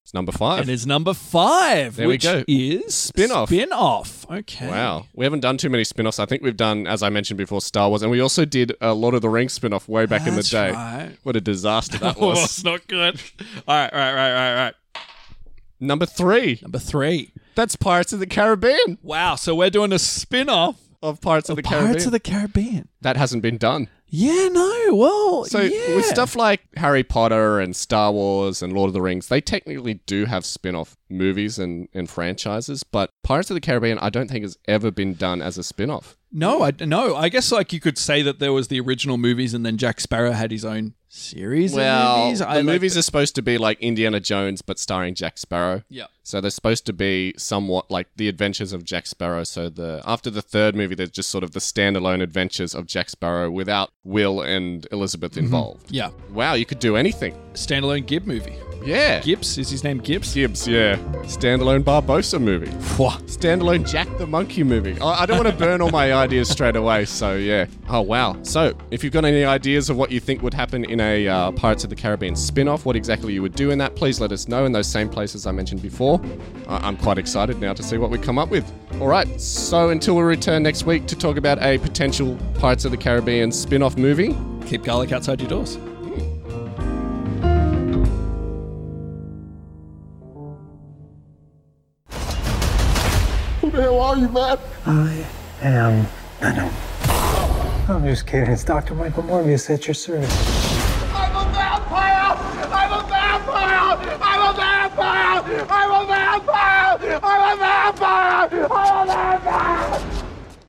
[SPEAKER 2] It's number five.
[SPEAKER 3] It is number five,
[SPEAKER 2] There we
[SPEAKER 3] which
[SPEAKER 2] go.
[SPEAKER 3] is
[SPEAKER 2] Spin-off.
[SPEAKER 3] Spin-off. Okay.
[SPEAKER 2] Wow. We haven't done too many spin offs. I think we've done, as I mentioned before, Star Wars, and we also did a Lord of the Rings spin off way back in the
[SPEAKER 3] That's
[SPEAKER 2] day.
[SPEAKER 3] right.
[SPEAKER 2] What a disaster that
[SPEAKER 3] Oh,
[SPEAKER 2] was.
[SPEAKER 3] it's not good. All right, all right, all right, all right, all right.
[SPEAKER 2] Number three.
[SPEAKER 3] Number three.
[SPEAKER 2] That's Pirates of the Caribbean.
[SPEAKER 3] Wow. So we're doing a spin-off.
[SPEAKER 2] Of Pirates of the Caribbean.
[SPEAKER 3] Pirates of the Caribbean.
[SPEAKER 2] that hasn't been done.
[SPEAKER 3] Yeah. No. Well.
[SPEAKER 2] So
[SPEAKER 3] yeah.
[SPEAKER 2] with stuff like Harry Potter and Star Wars and Lord of the Rings, they technically do have spin-off movies and, and franchises, but Pirates of the Caribbean I don't think has ever been done as a spin-off.
[SPEAKER 3] No, I no. I guess like you could say that there was the original movies, and then Jack Sparrow had his own series. of movies.
[SPEAKER 2] the
[SPEAKER 3] I like-
[SPEAKER 2] movies are supposed to be like Indiana Jones but starring Jack Sparrow.
[SPEAKER 3] Yeah.
[SPEAKER 2] So they're supposed to be somewhat like the adventures of Jack Sparrow. So the after the third movie, they're just sort of the standalone adventures of Jack Sparrow without Will and Elizabeth involved.
[SPEAKER 3] Yeah.
[SPEAKER 2] Wow, you could do anything.
[SPEAKER 3] Standalone Gib movie.
[SPEAKER 2] Yeah.
[SPEAKER 3] Gibbs is his name. Gibbs.
[SPEAKER 2] Gibbs, yeah. Standalone Barbosa movie.
[SPEAKER 3] Pwah.
[SPEAKER 2] Standalone Jack the Monkey movie. I, I don't want to burn all my ideas straight away, so yeah. Oh, wow. So, if you've got any ideas of what you think would happen in a uh, Pirates of the Caribbean spin off, what exactly you would do in that, please let us know in those same places I mentioned before. I- I'm quite excited now to see what we come up with. All right, so until we return next week to talk about a potential Pirates of the Caribbean spin off movie,
[SPEAKER 3] Keep garlic outside your doors.
[SPEAKER 5] I am Venom. I'm just kidding. It's Dr. Michael Morbius at your service.
[SPEAKER 6] I'm a vampire! I'm a vampire! I'm a vampire! I'm a vampire! I'm a vampire! I'm a vampire!